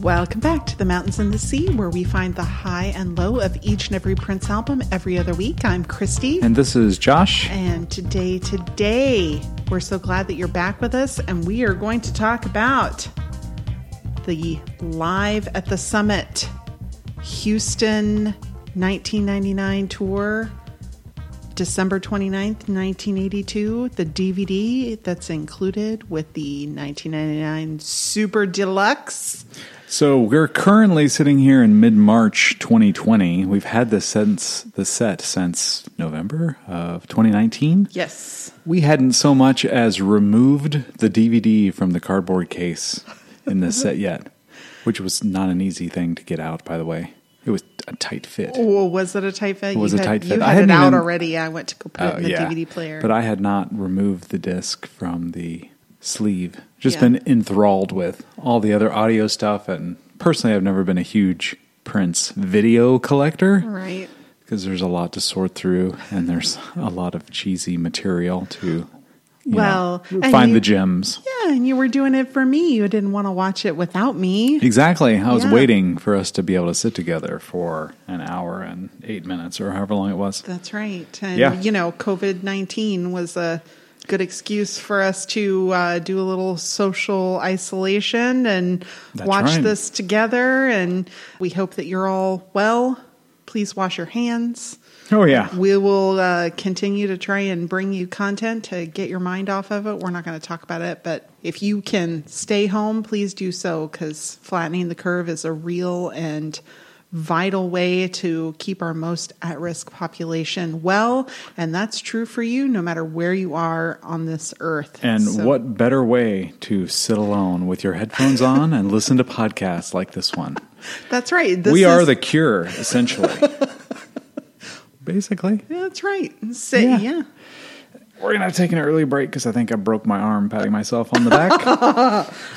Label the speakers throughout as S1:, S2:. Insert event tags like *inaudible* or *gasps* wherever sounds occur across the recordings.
S1: Welcome back to the Mountains and the Sea, where we find the high and low of each and every Prince album every other week. I'm Christy.
S2: And this is Josh.
S1: And today, today, we're so glad that you're back with us, and we are going to talk about the Live at the Summit Houston 1999 tour, December 29th, 1982. The DVD that's included with the 1999 Super Deluxe.
S2: So we're currently sitting here in mid-March 2020. We've had this since the set since November of 2019.
S1: Yes.
S2: We hadn't so much as removed the DVD from the cardboard case in this set yet, which was not an easy thing to get out. By the way, it was a tight fit.
S1: Well, was it a tight fit? It
S2: was
S1: you
S2: a
S1: had,
S2: tight
S1: You
S2: fit. I
S1: had it
S2: hadn't
S1: out
S2: even- Oh,
S1: already. I went to go put it in the DVD player.
S2: But I had not removed the disc from the sleeve. Just
S1: Yeah.
S2: been enthralled with all the other audio stuff. And personally, I've never been a huge Prince video collector
S1: right.
S2: because there's a lot to sort through and there's a lot of cheesy material to you know,
S1: Well, and
S2: find
S1: you-
S2: the gems.
S1: Yeah, and you were doing it for me. You didn't want to watch it without me.
S2: Exactly. I was
S1: Yeah.
S2: waiting for us to be able to sit together for an hour and eight minutes or however long it was.
S1: That's right. And,
S2: Yeah.
S1: you know, COVID 19 was a good excuse for us to uh, do a little social isolation and
S2: That's
S1: watch
S2: right.
S1: this together. And we hope that you're all well. Please wash your hands.
S2: Oh, yeah.
S1: We will uh, continue to try and bring you content to get your mind off of it. We're not going to talk about it, but if you can stay home, please do so because flattening the curve is a real and vital way to keep our most at risk population well. And that's true for you no matter where you are on this earth.
S2: And
S1: So-
S2: what better way to sit alone with your headphones on and listen to podcasts like this one?
S1: That's right. This
S2: we are
S1: is-
S2: the cure,
S1: *laughs*
S2: essentially. Basically,
S1: That's right. Sit,
S2: Yeah.
S1: yeah.
S2: we're going to take an early break because I think I broke my arm patting myself on the *laughs* back.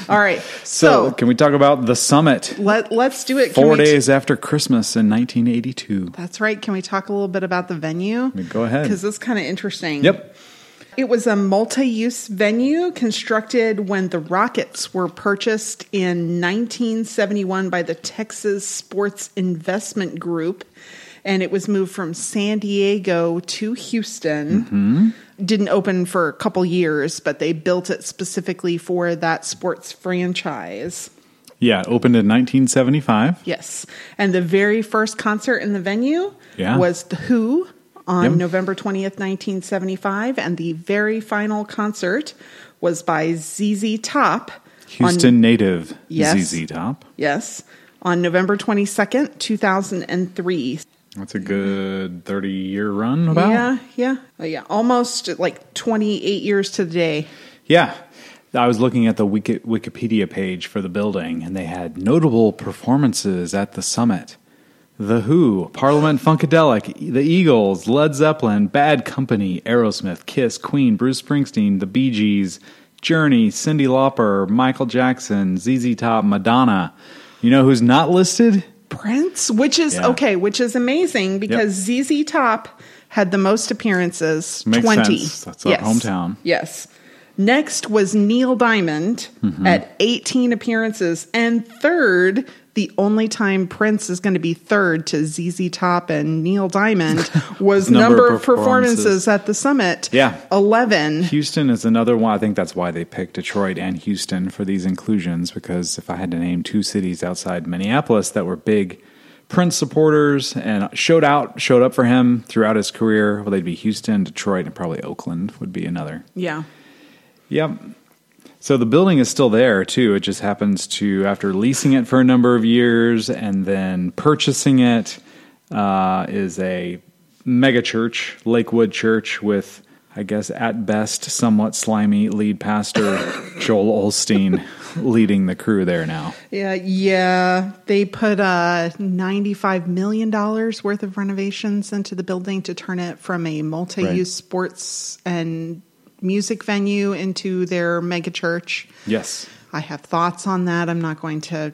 S1: All right.
S2: so,
S1: So,
S2: can we talk about the summit?
S1: let, let's do it. Can
S2: Four
S1: we t-
S2: days after Christmas in 1982.
S1: That's right. Can we talk a little bit about the venue?
S2: Go ahead.
S1: Because it's kind of interesting.
S2: Yep.
S1: It was a multi use venue constructed when the Rockets were purchased in 1971 by the Texas Sports Investment Group. And it was moved from San Diego to Houston.
S2: Mm-hmm.
S1: Didn't open for a couple years, but they built it specifically for that sports franchise.
S2: Yeah, it opened in 1975.
S1: Yes. And the very first concert in the venue
S2: Yeah.
S1: was The Who on
S2: Yep.
S1: November 20th, 1975. And the very final concert was by ZZ Top.
S2: Houston
S1: On,
S2: native
S1: Yes.
S2: ZZ Top.
S1: yes. On November 22nd, 2003.
S2: That's a good 30 year run, about.
S1: Yeah, yeah. Oh, yeah. Almost like 28 years to the day.
S2: Yeah. I was looking at the Wiki- Wikipedia page for the building, and they had notable performances at the summit. The Who, Parliament Funkadelic, The Eagles, Led Zeppelin, Bad Company, Aerosmith, Kiss, Queen, Bruce Springsteen, The Bee Gees, Journey, Cindy Lauper, Michael Jackson, ZZ Top, Madonna. You know who's not listed?
S1: Prince, which is
S2: Yeah.
S1: okay, which is amazing because ZZ Top had the most appearances,
S2: Makes
S1: twenty.
S2: sense. That's our hometown.
S1: Yes. Next was Neil Diamond
S2: Mm-hmm.
S1: at eighteen appearances, and third, the only time Prince is going to be third to ZZ Top and Neil
S2: *laughs*
S1: Diamond was number,
S2: Number
S1: of
S2: of
S1: performances.
S2: performances.
S1: at the summit.
S2: Yeah.
S1: eleven.
S2: Houston is another one. I think that's why they picked Detroit and Houston for these inclusions because if I had to name two cities outside Minneapolis that were big Prince supporters and showed out, showed up for him throughout his career, well, they'd be Houston, Detroit, and probably Oakland would be another.
S1: Yeah.
S2: Yep. So the building is still there too. It just happens to after leasing it for a number of years and then purchasing it uh, is a mega church, Lakewood Church, with I guess at best somewhat slimy lead pastor *laughs* Joel Olstein leading the crew there now.
S1: Yeah, yeah. They put uh, $95 million worth of renovations into the building to turn it from a multi use
S2: Right.
S1: sports and music venue into their mega church.
S2: Yes.
S1: I have thoughts on that. I'm not going to.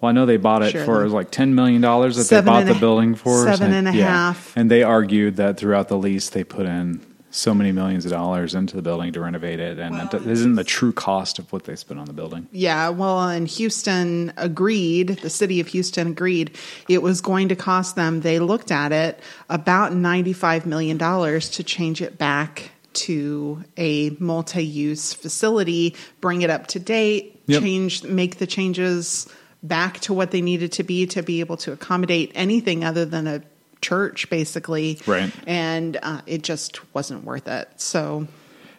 S2: Well, I know they bought it
S1: Sure,
S2: for
S1: then.
S2: it was like ten million dollars that
S1: Seven
S2: they bought
S1: and a-
S2: the building for
S1: seven and a
S2: yeah.
S1: half.
S2: and they argued that throughout the lease they put in so many millions of dollars into the building to renovate it, and that isn't the true cost of what they spent on the building.
S1: Yeah, well, and Houston agreed, the city of Houston agreed it was going to cost them, they looked at it, about $95 million to change it back to a multi use facility, bring it up to date,
S2: Yep.
S1: change, make the changes back to what they needed to be to be able to accommodate anything other than a church, basically.
S2: Right.
S1: And uh, it just wasn't worth it. So,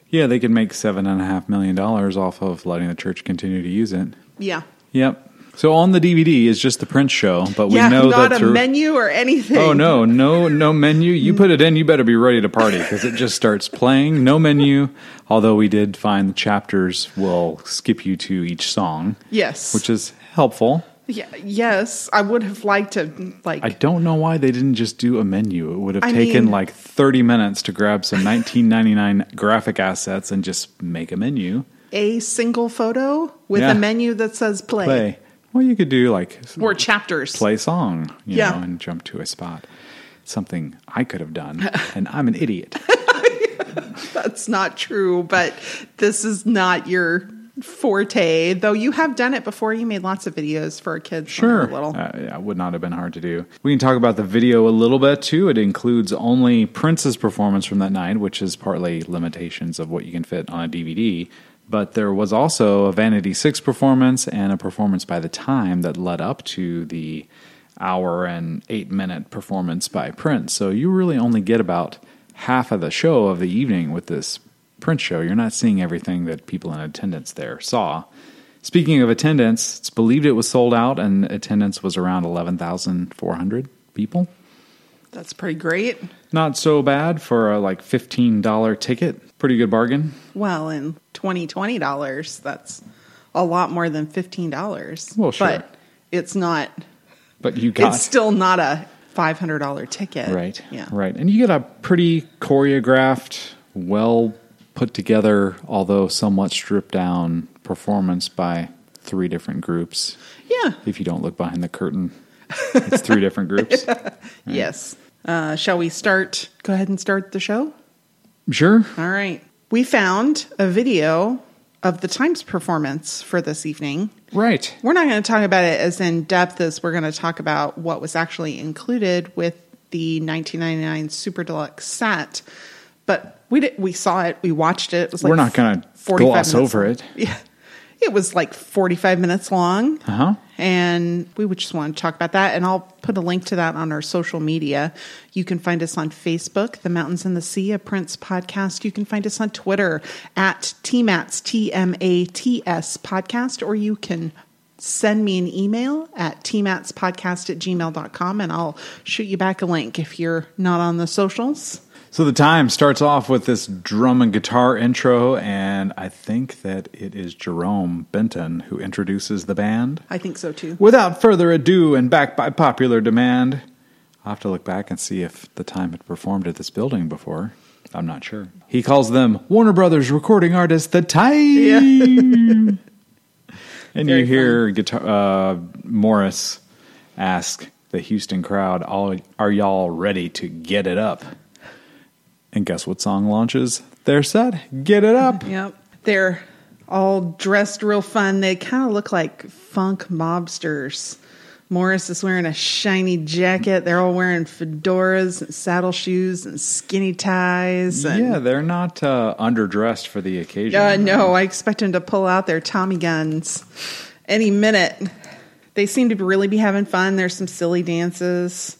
S2: Yeah, they could make seven and a half million dollars off of letting the church continue to use it.
S1: yeah.
S2: Yep. So on the DVD is just the print show, but we
S1: yeah,
S2: know
S1: not
S2: that
S1: a
S2: through.
S1: menu or anything.
S2: Oh no, no, no menu. You put it in, you better be ready to party because it just starts playing. No menu. Although we did find the chapters will skip you to each song,
S1: Yes.
S2: which is helpful.
S1: Yeah, yes, I would have liked to like.
S2: I don't know why they didn't just do a menu. It would have
S1: I
S2: taken
S1: mean-
S2: like 30 minutes to grab some 1999 graphic assets and just make a menu.
S1: a single photo with
S2: Yeah.
S1: a menu that says play,
S2: Play. Well, you could do like
S1: or chapters.
S2: play song, you
S1: Yeah.
S2: know, and jump to a spot. Something I could
S1: *laughs*
S2: have done, and I'm an idiot.
S1: That's not true, but this is not your forte. Though you have done it before. You made lots of videos for kids. when they were
S2: Sure.
S1: little.
S2: Uh, yeah, it would not have been hard to do. We can talk about the video a little bit too. It includes only Prince's performance from that night, which is partly limitations of what you can fit on a DVD. But there was also a Vanity Six performance and a performance by the time that led up to the hour and eight minute performance by Prince. So you really only get about half of the show of the evening with this Prince show. You're not seeing everything that people in attendance there saw. Speaking of attendance, it's believed it was sold out, and attendance was around 11,400 people.
S1: That's pretty great.
S2: Not so bad for a like $15 ticket. Pretty good bargain.
S1: Well, in twenty twenty dollars, that's a lot more than fifteen dollars.
S2: Well, sure.
S1: but it's not.
S2: But you got
S1: It's still not a five hundred dollar ticket.
S2: right.
S1: Yeah.
S2: Right. And you get a pretty choreographed, well put together, although somewhat stripped down performance by three different groups.
S1: Yeah.
S2: If you don't look behind the curtain,
S1: *laughs*
S2: it's three different groups.
S1: Yes. Uh, shall we start? Go ahead and start the show.
S2: Sure.
S1: All right. We found a video of the Times performance for this evening.
S2: Right.
S1: We're not going to talk about it as in depth as we're going to talk about what was actually included with the 1999 Super Deluxe set, but we did, we saw it, we watched it. It was like
S2: We're not gonna
S1: 45
S2: gloss
S1: minutes
S2: over
S1: long.
S2: it.
S1: Yeah. It was like 45 minutes long.
S2: Uh huh.
S1: And we would just want to talk about that. And I'll put a link to that on our social media. You can find us on Facebook, The Mountains and the Sea, a Prince podcast. You can find us on Twitter at TMATS, T M A T S podcast, or you can send me an email at tmatspodcast at gmail.com and I'll shoot you back a link if you're not on the socials.
S2: So the time starts off with this drum and guitar intro, and I think that it is Jerome Benton who introduces the band.
S1: I think so too.
S2: Without further ado, and backed by popular demand, I'll have to look back and see if the time had performed at this building before. I'm not sure. He calls them Warner Brothers recording artist The *laughs* Time. and
S1: Very
S2: you hear guitar, uh, Morris ask the Houston crowd, "All are y'all ready to get it up?" And guess what song launches? They're set. Get
S1: *laughs*
S2: it up.
S1: Yep. They're all dressed real fun. They kind of look like funk mobsters. Morris is wearing a shiny jacket. They're all wearing fedoras and saddle shoes and skinny ties. And,
S2: Yeah, they're not uh, underdressed for the occasion.
S1: Uh, no, I expect him to pull out their Tommy guns any minute. They seem to really be having fun. There's some silly dances.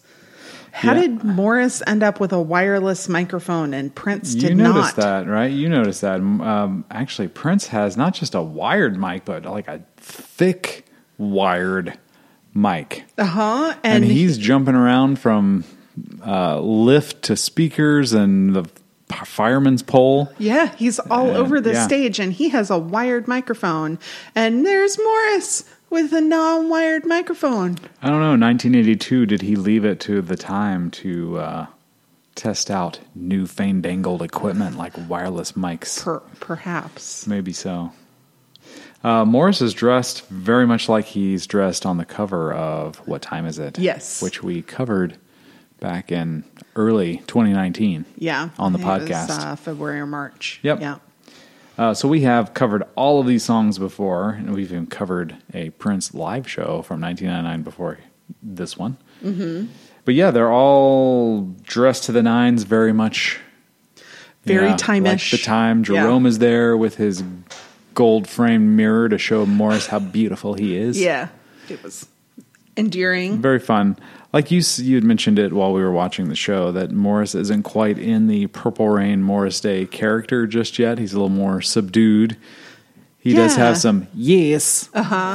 S1: How
S2: Yeah.
S1: did Morris end up with a wireless microphone and Prince
S2: You
S1: did
S2: noticed
S1: not?
S2: that, right? You noticed that. Um, actually, Prince has not just a wired mic, but like a thick wired mic,
S1: Uh huh.
S2: and, he's jumping around from uh, lift to speakers and the p- fireman's pole.
S1: Yeah, he's all
S2: And,
S1: over the
S2: yeah.
S1: stage and he has a wired microphone. And there's Morris with a non wired microphone.
S2: I don't know. 1982, did he leave it to the time to uh, test out new fandangled equipment like wireless mics?
S1: Per- perhaps.
S2: Maybe so. Uh, Morris is dressed very much like he's dressed on the cover of What Time Is It?
S1: Yes.
S2: Which we covered back in early 2019.
S1: Yeah.
S2: On the
S1: I think it was,
S2: podcast.
S1: uh, February or March.
S2: Yep.
S1: Yeah.
S2: Uh, so we have covered all of these songs before, and we've even covered a Prince live show from 1999 before this one. Mm-hmm. But yeah, they're all dressed to the nines, very much. you
S1: Very
S2: know,
S1: time-ish.
S2: Like the time.
S1: Yeah.
S2: Jerome is there with his gold framed mirror to show Morris how beautiful he is.
S1: Yeah. It was endearing.
S2: Very fun. Like you, s- you had mentioned it while we were watching the show that Morris isn't quite in the Purple Rain Morris Day character just yet. He's a little more subdued. He does
S1: Yeah. Uh-huh.
S2: have some yes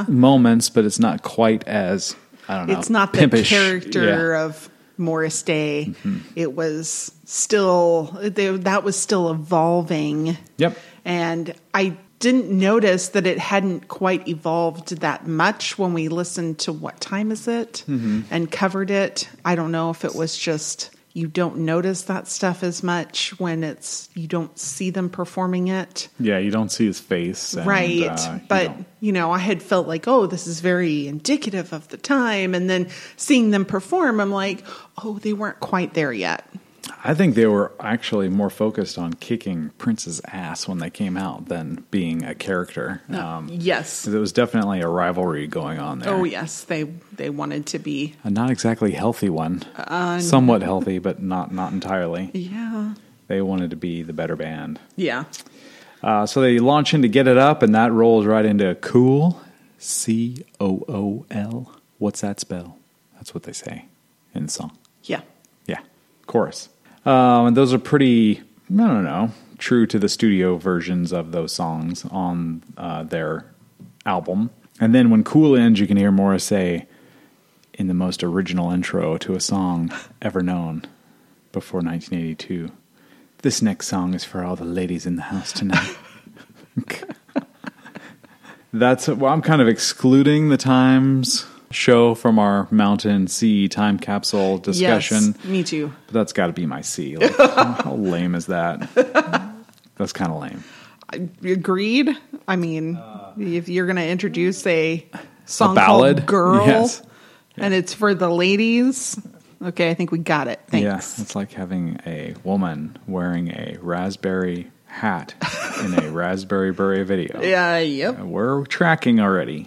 S2: moments, but it's not quite as I don't know.
S1: It's not the
S2: pimpish.
S1: character
S2: Yeah. Mm-hmm.
S1: of Morris Day. It was still they, that was still evolving.
S2: Yep.
S1: And I didn't notice that it hadn't quite evolved that much when we listened to what time is it
S2: Mm-hmm.
S1: and covered it. I don't know if it was just you don't notice that stuff as much when it's you don't see them performing it.
S2: Yeah, you don't see his face, and,
S1: Right.
S2: uh, you
S1: but,
S2: know.
S1: you know, I had felt like, oh, this is very indicative of the time. And then seeing them perform, I'm like, oh, they weren't quite there yet.
S2: I think they were actually more focused on kicking Prince's ass when they came out than being a character. Um,
S1: yes.
S2: there was definitely a rivalry going on there.
S1: Oh, yes. They they wanted to be.
S2: a not exactly healthy one. Somewhat healthy, but not not entirely.
S1: Yeah.
S2: They wanted to be the better band,
S1: Yeah.
S2: uh, so they launch into "Get It Up," and that rolls right into "Cool." C O O L. What's that spell? That's what they say in the song.
S1: Yeah.
S2: Yeah, chorus. Um, and those are pretty. I don't know. True to the studio versions of those songs on uh, their album. And then when "Cool" ends, you can hear Morris say, "In the most original intro to a song ever known before 1982, this next song is for all the ladies in the house tonight." *laughs* That's well, I'm kind of excluding the times show from our mountain sea time capsule discussion.
S1: Yes, me too.
S2: But that's got to be my C. Like, *laughs* how, how lame is that? That's kind of lame.
S1: Agreed. I mean, if you're going to introduce a song
S2: Uh, ballad?
S1: called "Girl"
S2: Yes.
S1: and it's for the ladies, okay, I think we got it. Thanks.
S2: Yeah, it's like having a woman wearing a raspberry hat in a raspberry beret
S1: *laughs*
S2: video.
S1: Yeah. Yep.
S2: Uh, We're tracking already. *laughs*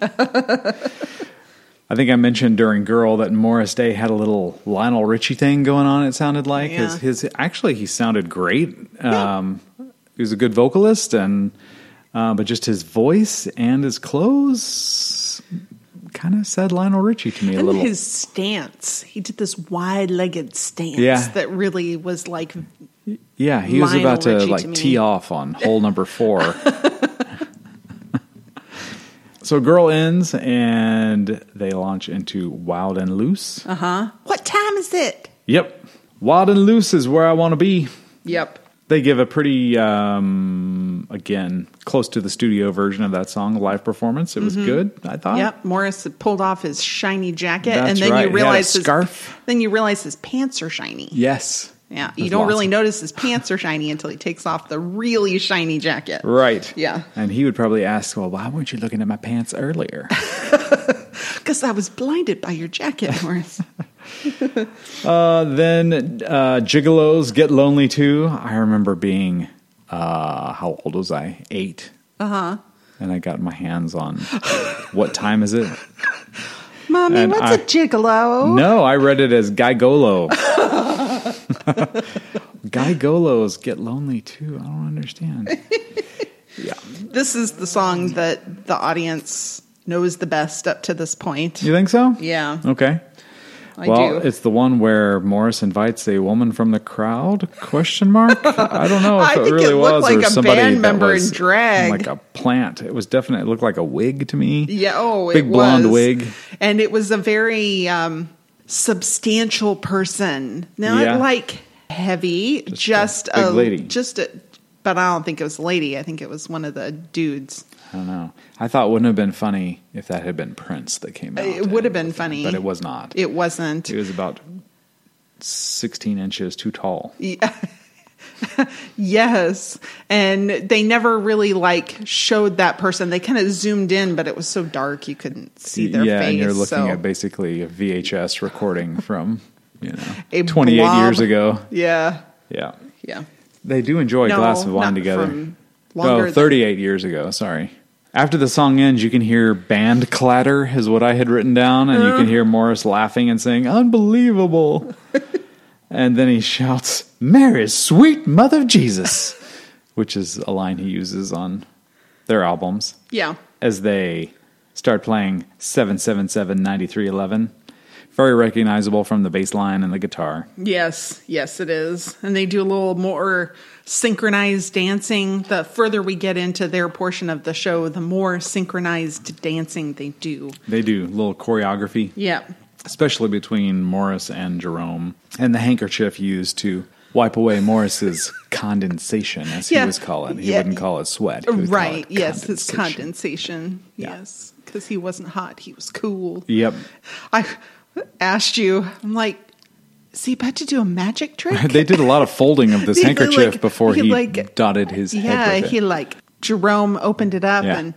S2: I think I mentioned during Girl that Morris Day had a little Lionel Richie thing going on, it sounded like.
S1: Yeah.
S2: His, his, actually, he sounded great. Um, He was a good vocalist, and uh, but just his voice and his clothes kind of said Lionel Richie to me a
S1: And
S2: little.
S1: his stance, he did this wide-legged stance
S2: Yeah.
S1: that really was like,
S2: yeah, he was
S1: Lionel
S2: about to
S1: Richie to
S2: like
S1: me.
S2: tee off on hole number four. *laughs* so Girl ends, and they launch into Wild and Loose.
S1: "What time is it?"
S2: Yep. Wild and loose is where I want to be.
S1: Yep.
S2: They give a pretty, um, again, close to the studio version of that song, live performance. It was good, I thought.
S1: Mm-hmm. Yep. Morris had pulled off his shiny jacket,
S2: That's
S1: and then
S2: right. He had
S1: you
S2: a
S1: realize his
S2: scarf.
S1: Then you realize his pants are shiny.
S2: Yes.
S1: Yeah,
S2: That's
S1: you don't really
S2: awesome.
S1: notice his pants are shiny until he takes off the really shiny jacket.
S2: Right.
S1: Yeah.
S2: And he would probably ask, well, why weren't you looking at my pants earlier? *laughs*
S1: Because I was blinded by your
S2: *laughs*
S1: jacket, Morris.
S2: uh, then uh, Gigolos Get Lonely Too. I remember being, uh, how old was I? Eight. Uh
S1: Uh-huh.
S2: huh. And I got my hands on *gasps* What Time Is It?
S1: Mommy,
S2: And
S1: what's
S2: I-
S1: a gigolo? *laughs*
S2: No, I read it as Guy Golo. *laughs* Guy Golos get lonely too. I
S1: *laughs*
S2: don't understand. yeah.
S1: This is the song that the audience knows the best up to this point.
S2: You think so?
S1: Yeah,
S2: Okay.
S1: I
S2: well,
S1: do.
S2: it's the one where Morris invites a woman from the crowd?
S1: *laughs*
S2: Question mark. I don't know if
S1: I
S2: it
S1: think it
S2: really
S1: looked
S2: was
S1: like
S2: or
S1: a
S2: somebody
S1: band
S2: that
S1: member in
S2: was
S1: drag.
S2: like a plant. It was definitely it looked like a wig to me.
S1: Yeah, oh,
S2: big
S1: it
S2: blonde
S1: was.
S2: wig.
S1: and it was a very um, substantial person. Not
S2: Yeah.
S1: like heavy, just,
S2: a
S1: a,
S2: big lady.
S1: just a. But I don't think it was a lady. I think it was one of the dudes.
S2: I don't know. I thought it wouldn't have been funny if that had been Prince that came out.
S1: It would have been
S2: and-
S1: funny.
S2: but it was not.
S1: It wasn't.
S2: He was about 16 inches too tall.
S1: *laughs* Yes, and they never really like showed that person. They kind of zoomed in, but it was so dark you couldn't see their
S2: yeah,
S1: face.
S2: and you're looking
S1: so-
S2: at basically a VHS recording from you know,
S1: A
S2: 28
S1: blob.
S2: years ago.
S1: Yeah.
S2: Yeah.
S1: Yeah.
S2: They do enjoy a
S1: No,
S2: glass of
S1: not
S2: wine together.
S1: from longer
S2: Oh,
S1: than-
S2: 38 years ago. Sorry. After the song ends, you can hear band clatter, is what I had written down, and you
S1: Uh-huh.
S2: can hear Morris laughing and
S1: *laughs*
S2: saying, Unbelievable. and then he shouts, Mary's sweet mother of Jesus, which is a line he uses on their albums
S1: Yeah.
S2: as they start playing 777 9311. Very recognizable from the bass line and the guitar.
S1: Yes, yes, it is. And they do a little more synchronized dancing. The further we get into their portion of the show, the more synchronized dancing they do.
S2: They do a little choreography.
S1: Yeah.
S2: especially between Morris and Jerome, and the handkerchief used to wipe
S1: *laughs*
S2: away Morris's condensation, as
S1: Yeah.
S2: he was calling it. He
S1: Yeah.
S2: wouldn't call it sweat. He would call
S1: right.
S2: it
S1: Yes, it's condensation.
S2: Yeah.
S1: Yes. Because he wasn't hot, he was cool.
S2: Yep.
S1: I asked you, I'm like, is he about to do a magic
S2: *laughs*
S1: trick?
S2: They did a lot of folding of
S1: *laughs*
S2: this
S1: He,
S2: handkerchief
S1: like-
S2: before
S1: he,
S2: he,
S1: like-
S2: dotted his
S1: yeah,
S2: head with
S1: he
S2: it.
S1: like Jerome opened it up
S2: Yeah.
S1: and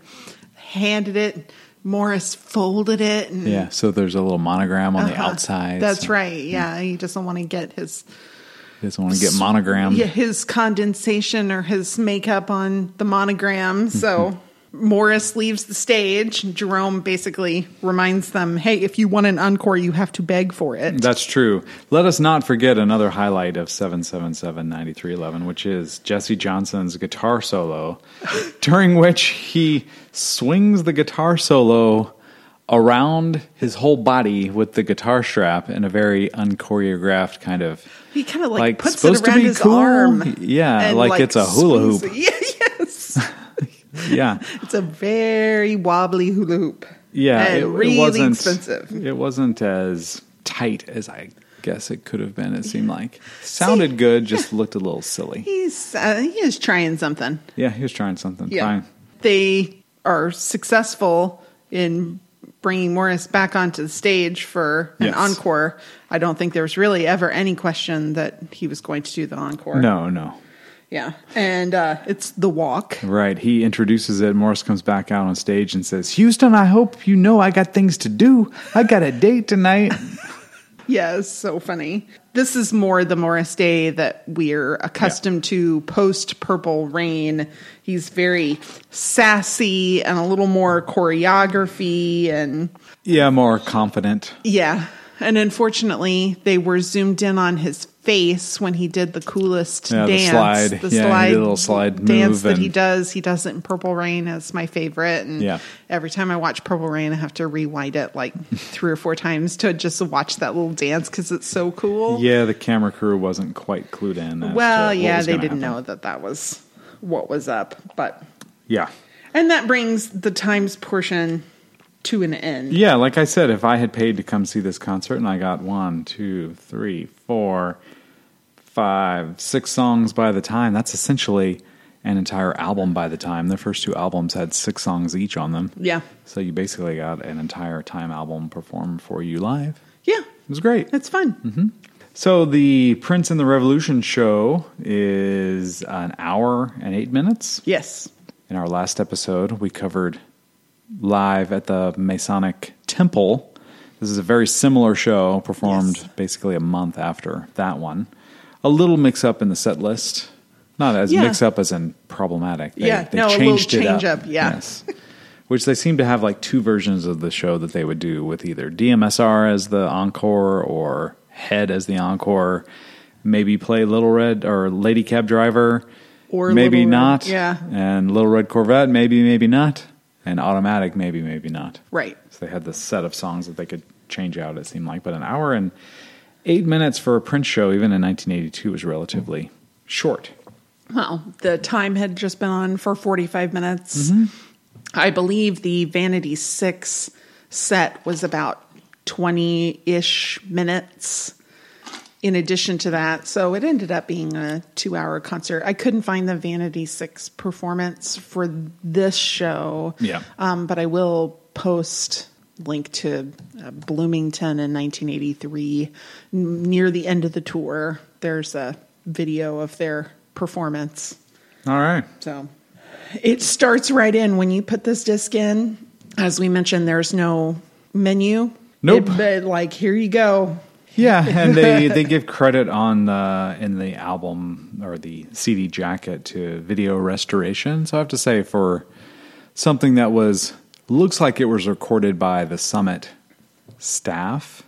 S1: handed it. Morris folded it and
S2: yeah, so there's a little monogram on the
S1: Uh-huh.
S2: outside.
S1: That's
S2: so
S1: right. Yeah, he doesn't want to get his
S2: He doesn't want to get monogrammed.
S1: yeah, his condensation or his makeup on the monogram.
S2: Mm-hmm.
S1: So Morris leaves the stage. and Jerome basically reminds them, "Hey, if you want an encore, you have to beg for it."
S2: That's true. Let us not forget another highlight of 777 9311, which is Jesse Johnson's guitar solo,
S1: *laughs*
S2: during which he swings the guitar solo around his whole body with the guitar strap in a very unchoreographed kind of.
S1: He kind of like,
S2: Like,
S1: puts it
S2: supposed to
S1: around
S2: be
S1: his
S2: cool?
S1: arm.
S2: Yeah,
S1: and,
S2: like it's a hula
S1: swings it. *laughs* Yeah, yes,
S2: Yeah.
S1: it's a very wobbly hula hoop.
S2: Yeah.
S1: and really
S2: wasn't,
S1: expensive.
S2: It wasn't as tight as I guess it could have been, it
S1: *laughs*
S2: seemed like. Sounded good, just looked a little silly.
S1: He's uh, he is trying something.
S2: Yeah, he was trying something.
S1: Yeah.
S2: Fine.
S1: They are successful in bringing Morris back onto the stage for an
S2: Yes.
S1: encore. I don't think there was really ever any question that he was going to do the encore.
S2: No, no.
S1: Yeah. And uh, it's the walk.
S2: Right. He introduces it. Morris comes back out on stage and says, Houston, I hope you know I got things to do. I got a date tonight.
S1: Yeah, it's so funny. This is more the Morris Day that we're accustomed to post Purple Rain. He's very sassy and a little more choreography and
S2: *laughs* yeah, more confident.
S1: Yeah. And unfortunately, they were zoomed in on his face when he did the coolest
S2: Yeah, the
S1: dance.
S2: slide. Yeah, he did a little slide
S1: dance
S2: move
S1: that he
S2: and-
S1: does. He does it in Purple Rain. It's my favorite. And
S2: Yeah.
S1: every time I watch Purple Rain, I have to rewind it
S2: *laughs*
S1: like three or four times to just watch that little dance because it's so cool.
S2: Yeah, the camera crew wasn't quite clued in. as
S1: well,
S2: to what
S1: yeah,
S2: was
S1: they
S2: gonna
S1: didn't
S2: happen.
S1: know that that was what was up. But,
S2: Yeah.
S1: and that brings the times portion to an end.
S2: Yeah, like I said, if I had paid to come see this concert and I got one, two, three, four, five, six songs by the time, that's essentially an entire album by the time. The first two albums had six songs each on them.
S1: Yeah.
S2: So you basically got an entire time album performed for you live.
S1: Yeah.
S2: It was great.
S1: It's fun.
S2: Mm-hmm. So the Prince and the Revolution show is an hour and eight minutes.
S1: Yes.
S2: In our last episode, we covered live at the Masonic Temple. This is a very similar show performed
S1: Yes.
S2: basically a month after that one. A little mix up in the set list. Not as
S1: Yeah.
S2: mix up as in problematic. They,
S1: Yeah,
S2: they
S1: no, a little
S2: changed it
S1: change up, yeah.
S2: Yes. Which they seem to have like two versions of the show that they would do with either DMSR as the encore or Head as the encore. Maybe play Little Red or Lady Cab Driver.
S1: Or
S2: maybe
S1: Little Red,
S2: not.
S1: yeah.
S2: And Little Red Corvette, maybe, maybe not. And Automatic, maybe, maybe not.
S1: Right.
S2: So they had this set of songs that they could change out, it seemed like. But an hour and eight minutes for a print show, even in 1982, was relatively short.
S1: Well, the time had just been on for 45 minutes. I believe the Vanity Six set was about 20 ish minutes in addition to that. So it ended up being a two hour concert. I couldn't find the Vanity Six performance for this show.
S2: Yeah.
S1: Um, but I will post link to uh, Bloomington in 1983 N- near the end of the tour. There's a video of their performance.
S2: All right.
S1: So it starts right in when you put this disc in. As we mentioned, there's no menu.
S2: Nope.
S1: It- but like, here you go.
S2: Yeah, and they, *laughs* they give credit on the in the album or the CD jacket to video restoration. So I have to say for something that was looks like it was recorded by the Summit staff.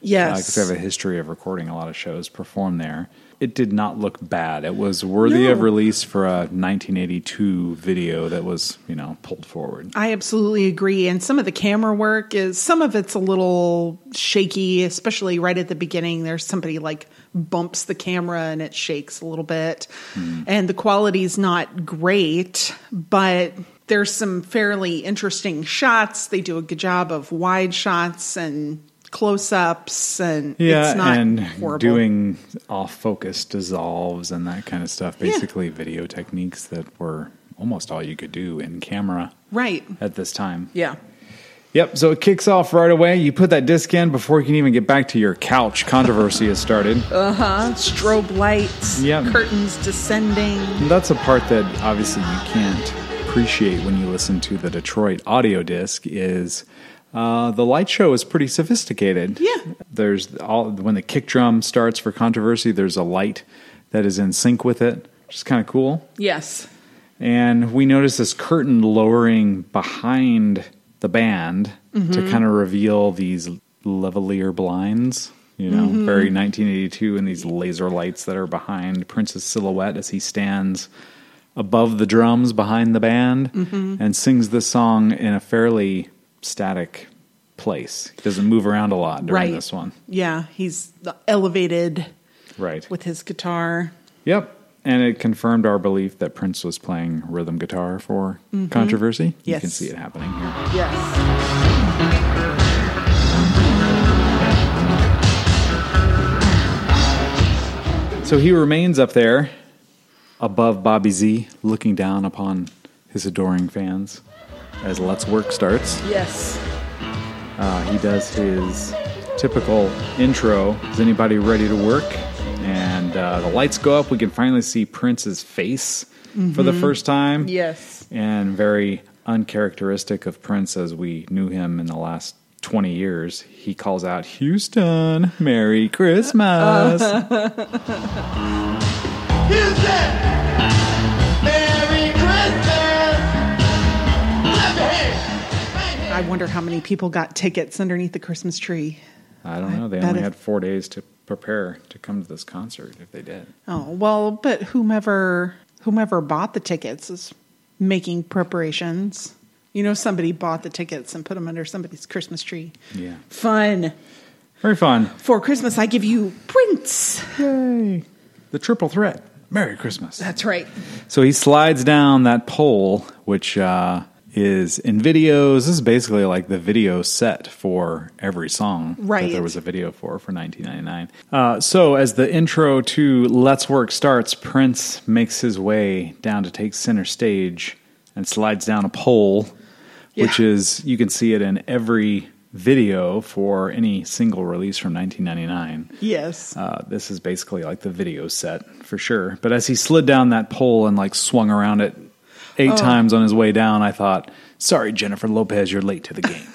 S1: Yes.
S2: because they have a history of recording a lot of shows performed there. It did not look bad. It was worthy of
S1: No.
S2: release for a 1982 video that was you know pulled forward.
S1: I absolutely agree. And some of the camera work is, some of it's a little shaky, especially right at the beginning. There's somebody like bumps the camera and it shakes a little bit.
S2: Hmm.
S1: And the quality's not great, but there's some fairly interesting shots. They do a good job of wide shots and close ups. And
S2: Yeah,
S1: it's not
S2: and
S1: horrible.
S2: doing off focus dissolves and that kind of stuff. Basically, video techniques that were almost all you could do in camera
S1: right.
S2: at this time.
S1: Yeah.
S2: Yep, so it kicks off right away. You put that disc in before you can even get back to your couch. Controversy has started.
S1: Strobe lights,
S2: Yep.
S1: curtains descending.
S2: That's a part that obviously you can't appreciate when you listen to the Detroit audio disc is uh, the light show is pretty sophisticated.
S1: Yeah.
S2: There's all when the kick drum starts for controversy, there's a light that is in sync with it, which is kind of cool.
S1: Yes.
S2: And we notice this curtain lowering behind the band
S1: Mm-hmm.
S2: to kind of reveal these levelier blinds. You know,
S1: Mm-hmm.
S2: very 1982, and these laser lights that are behind Prince's silhouette as he stands above the drums behind the band
S1: Mm-hmm.
S2: and sings this song in a fairly static place. He doesn't move around a lot during
S1: Right.
S2: this one.
S1: Yeah. He's elevated
S2: Right.
S1: with his guitar.
S2: Yep. And it confirmed our belief that Prince was playing rhythm guitar for controversy. You
S1: Mm-hmm.
S2: can
S1: Yes.
S2: see it happening here.
S1: Yes.
S2: So he remains up there above Bobby Z, looking down upon his adoring fans as Let's Work starts.
S1: Yes.
S2: Uh, he does his typical intro Is anybody ready to work? And uh, the lights go up. We can finally see Prince's face for the first time.
S1: Yes.
S2: And very uncharacteristic of Prince as we knew him in the last 20 years. He calls out, Houston, Merry Christmas.
S3: Houston, Merry Christmas. Clap your hands. Clap your
S1: I wonder how many people got tickets underneath the Christmas tree.
S2: I don't know. They
S1: bet
S2: only
S1: if-
S2: had four days to prepare to come to this concert if they did.
S1: Oh, well, but whomever whomever bought the tickets is making preparations. You know somebody bought the tickets and put them under somebody's Christmas tree.
S2: Yeah.
S1: Fun.
S2: Very fun.
S1: For Christmas I give you Prince.
S2: Yay. The triple threat. Merry Christmas.
S1: That's right.
S2: So he slides down that pole, which uh, is in videos. This is basically like the video set for every song that
S1: Right.
S2: there was a video for for 1999. Uh, so as the intro to Let's Work starts, Prince makes his way down to take center stage and slides down a pole, which
S1: Yeah.
S2: is you can see it in every video for any single release from 1999.
S1: Yes.
S2: Uh, this is basically like the video set for sure. But as he slid down that pole and like swung around it eight times on his way down, I thought, "Sorry, Jennifer Lopez, you're late to the game."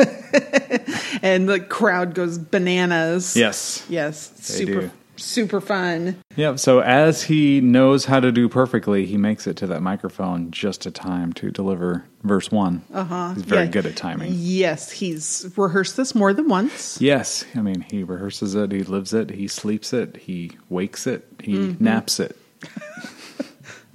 S1: and the crowd goes bananas.
S2: yes.
S1: Yes.
S2: They
S1: super
S2: do.
S1: super fun.
S2: Yep. So as he knows how to do perfectly, he makes it to that microphone just a time to deliver verse one. Uh huh. He's very
S1: Uh-huh. Yeah.
S2: good at timing.
S1: Yes, he's rehearsed this more than once.
S2: Yes, I mean he rehearses it, he lives it, he sleeps it, he wakes it, he naps it.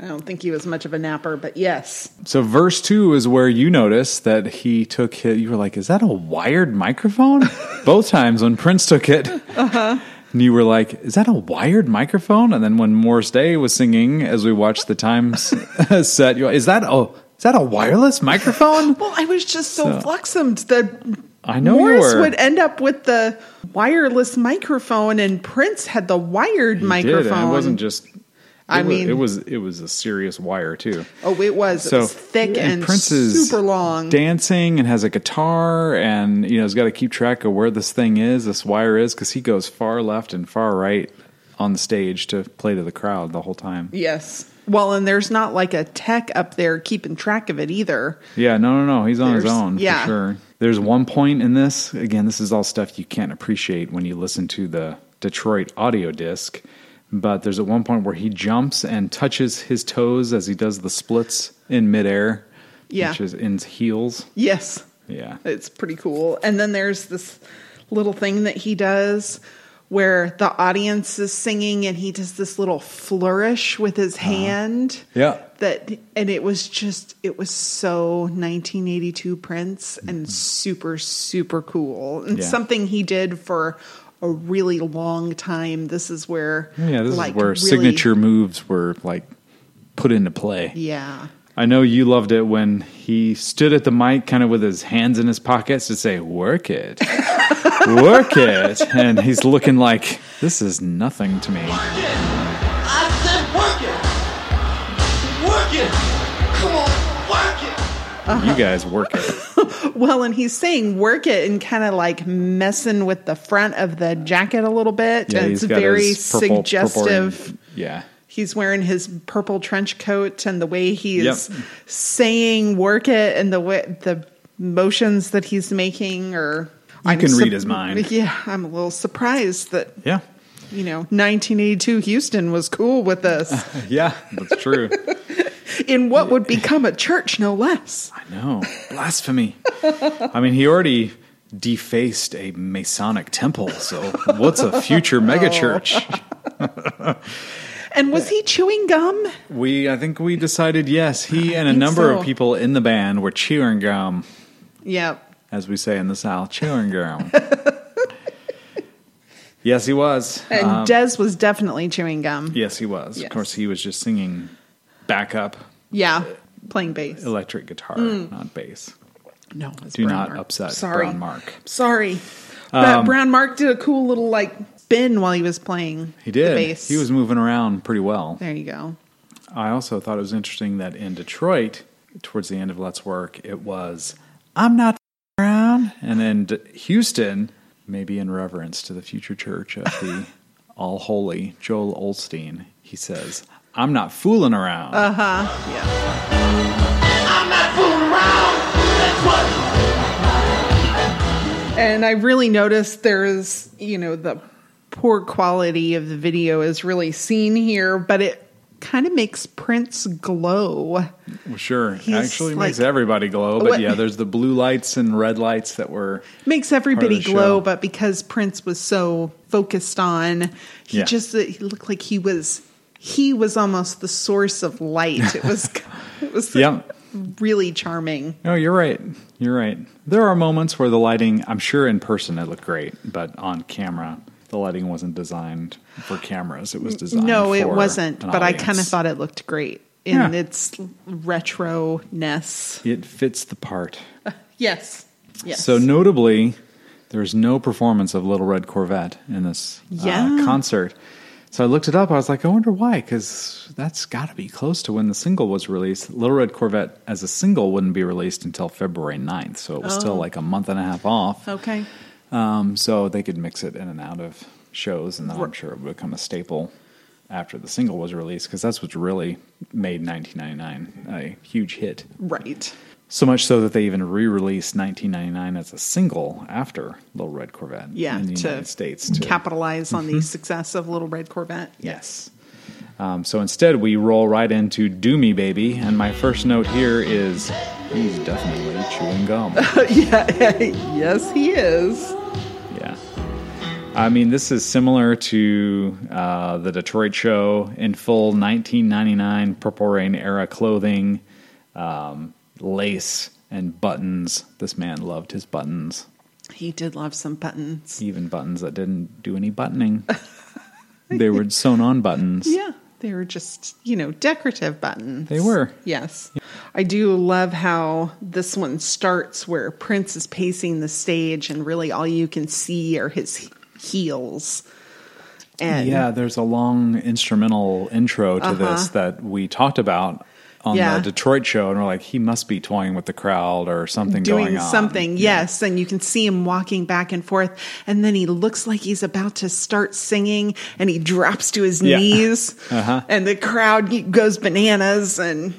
S1: I don't think he was much of a napper, but yes.
S2: So verse two is where you notice that he took his. You were like, "Is that a wired microphone?"
S1: *laughs*
S2: Both times when Prince took it,
S1: Uh-huh.
S2: and you were like, "Is that a wired microphone?" And then when Morris Day was singing, as we watched the times *laughs* set, you is that oh, is that a wireless microphone?
S1: Well, I was just so,
S2: So-
S1: fluxumed that
S2: I know you
S1: Morris
S2: were.
S1: would end up with the wireless microphone, and Prince had the wired
S2: He
S1: *laughs*
S2: did,
S1: microphone.
S2: and it wasn't just. it
S1: I
S2: wa-
S1: mean-
S2: it was it was a serious wire too.
S1: oh, it was. it was thick and, super long.
S2: dancing and has a guitar and you know has got to keep track of where this thing is, this wire is, because he goes far left and far right on the stage to play to the crowd the whole time.
S1: yes. Well, and there's not like a tech up there keeping track of it either.
S2: Yeah, no, no, no, he's on his
S1: There's-
S2: own
S1: yeah.
S2: for sure. There's one point in this. Again, this is all stuff you can't appreciate when you listen to the Detroit audio disc. But there's at one point where he jumps and touches his toes as he does the splits in midair,
S1: Yeah. Uh,
S2: which is in heels.
S1: Yes.
S2: Yeah.
S1: It's pretty cool. And then there's this little thing that he does where the audience is singing and he does this little flourish with his hand.
S2: Uh-huh. Yeah.
S1: That and it was just it was so 1982 Prince and super super cool. And
S2: Mm-hmm. Yeah.
S1: something he did for a really long time. This is where
S2: Yeah, this
S1: like,
S2: is where
S1: really-
S2: signature moves were like put into play.
S1: Yeah.
S2: I know you loved it when he stood at the mic kind of with his hands in his pockets to say,
S1: *laughs*
S2: Work it. Work it. And he's looking like, This is nothing to me.
S3: Work it. I said work it. Work it. Come on, work it.
S1: Uh-huh.
S2: You guys work it.
S1: Well, and he's saying work it and kind of like messing with the front of the jacket a little bit.
S2: Yeah,
S1: and
S2: he's
S1: it's
S2: got
S1: very
S2: his purple- purple and-
S1: suggestive.
S2: yeah.
S1: he's wearing his purple trench coat and the way he is
S2: Yep.
S1: saying work it and the way the motions that he's making or
S2: You can read his
S1: *laughs*
S2: mind.
S1: Yeah, I'm a little surprised that,
S2: Yeah.
S1: you know, 1982 Houston was cool with
S2: *laughs*
S1: this
S2: Yeah. That's true.
S1: in what would become a church no less.
S2: I know. Blasphemy. I mean, he already defaced a Masonic temple. So what's a
S1: *laughs*
S2: future megachurch?
S1: And was he chewing gum?
S2: We, I think we decided yes. He and a
S1: think
S2: number
S1: so.
S2: of people in the band were chewing gum,
S1: Yeah.
S2: as we say in the South,
S1: *laughs*
S2: chewing gum. yes, he was.
S1: And
S2: Um,
S1: Des was definitely chewing gum.
S2: yes, he was.
S1: Yes.
S2: Of course, he was just singing backup
S1: Yeah, playing bass.
S2: electric guitar, not bass.
S1: No, it was
S2: Do
S1: Mm. Brown
S2: not
S1: Mark.
S2: upset
S1: Sorry.
S2: Brown Mark. Um,
S1: Sorry, but Brown Mark did a cool little like spin while he was playing.
S2: He
S1: The
S2: did.
S1: bass.
S2: He was moving around pretty well.
S1: There you go.
S2: I also thought it was interesting that in Detroit, towards the end of Let's Work, it was "I'm not f***ing around," and in D- Houston, maybe in reverence to the future church of
S1: *laughs*
S2: the All Holy Joel Olstein, he says, "I'm not fooling around."
S1: Uh-huh.
S3: I'm not fooling around. That's what.
S1: And I really noticed there's you know the poor quality of the video is really seen here, but it kind of makes Prince glow.
S2: Well, sure,
S1: He's
S2: actually makes
S1: like-
S2: everybody glow, but
S1: What-
S2: yeah, there's the blue lights and red lights that were
S1: Makes everybody
S2: the
S1: glow,
S2: show.
S1: but because Prince was so focused on, he
S2: Yeah.
S1: just he looked like he was he was almost the source of light. It
S2: *laughs*
S1: was it was
S2: Yeah.
S1: really charming.
S2: No, you're right. You're right. There are moments where the lighting, I'm sure in person it looked great, but on camera, the lighting wasn't designed for cameras. It was designed
S1: No, it
S2: for
S1: wasn't,
S2: an
S1: but I kind of
S2: audience.
S1: thought it looked great in
S2: Yeah.
S1: its retro ness.
S2: it fits the part.
S1: Yes. Yes.
S2: So, notably, there's no performance of Little Red Corvette in this uh,
S1: Yeah.
S2: concert. So I looked it up. I was like, I wonder why, because that's got to be close to when the single was released. Little Red Corvette as a single wouldn't be released until February 9th. So it was
S1: Oh.
S2: still like a month and a half off.
S1: Okay.
S2: Um, so they could mix it in and out of shows, and then I'm
S1: Right.
S2: sure it would become a staple after the single was released because that's what really made 1999 a huge hit.
S1: Right.
S2: So much so that they even re-released 1999 as a single after Little Red Corvette
S1: Yeah.
S2: in the
S1: to
S2: United States Mm-hmm. to
S1: capitalize on the success of Little Red Corvette.
S2: *laughs* Yes. Um, so instead, we roll right into "Do Me, Baby," and my first note here is he's definitely chewing gum.
S1: yeah. yes, he is.
S2: Yeah. I mean, this is similar to uh, the Detroit show in full 1999 Purple Rain era clothing, um, lace, and buttons. This man loved his buttons,
S1: He did love some buttons.
S2: even buttons that didn't do
S1: *laughs*
S2: any buttoning. they were sewn on buttons.
S1: Yeah. They were just, you know, decorative buttons.
S2: They were.
S1: Yes. I do love how this one starts where Prince is pacing the stage and really all you can see are his he- heels. And
S2: Yeah, there's a long instrumental intro to this that we talked about
S1: Uh-huh.
S2: on
S1: Yeah.
S2: the Detroit show, and we're like, he must be toying with the crowd or something
S1: doing
S2: going on.
S1: something, yes. And you can see him walking back and forth. And then he looks like he's about to start singing and he drops to his
S2: Yeah. *laughs* Uh-huh.
S1: knees. And the crowd goes bananas and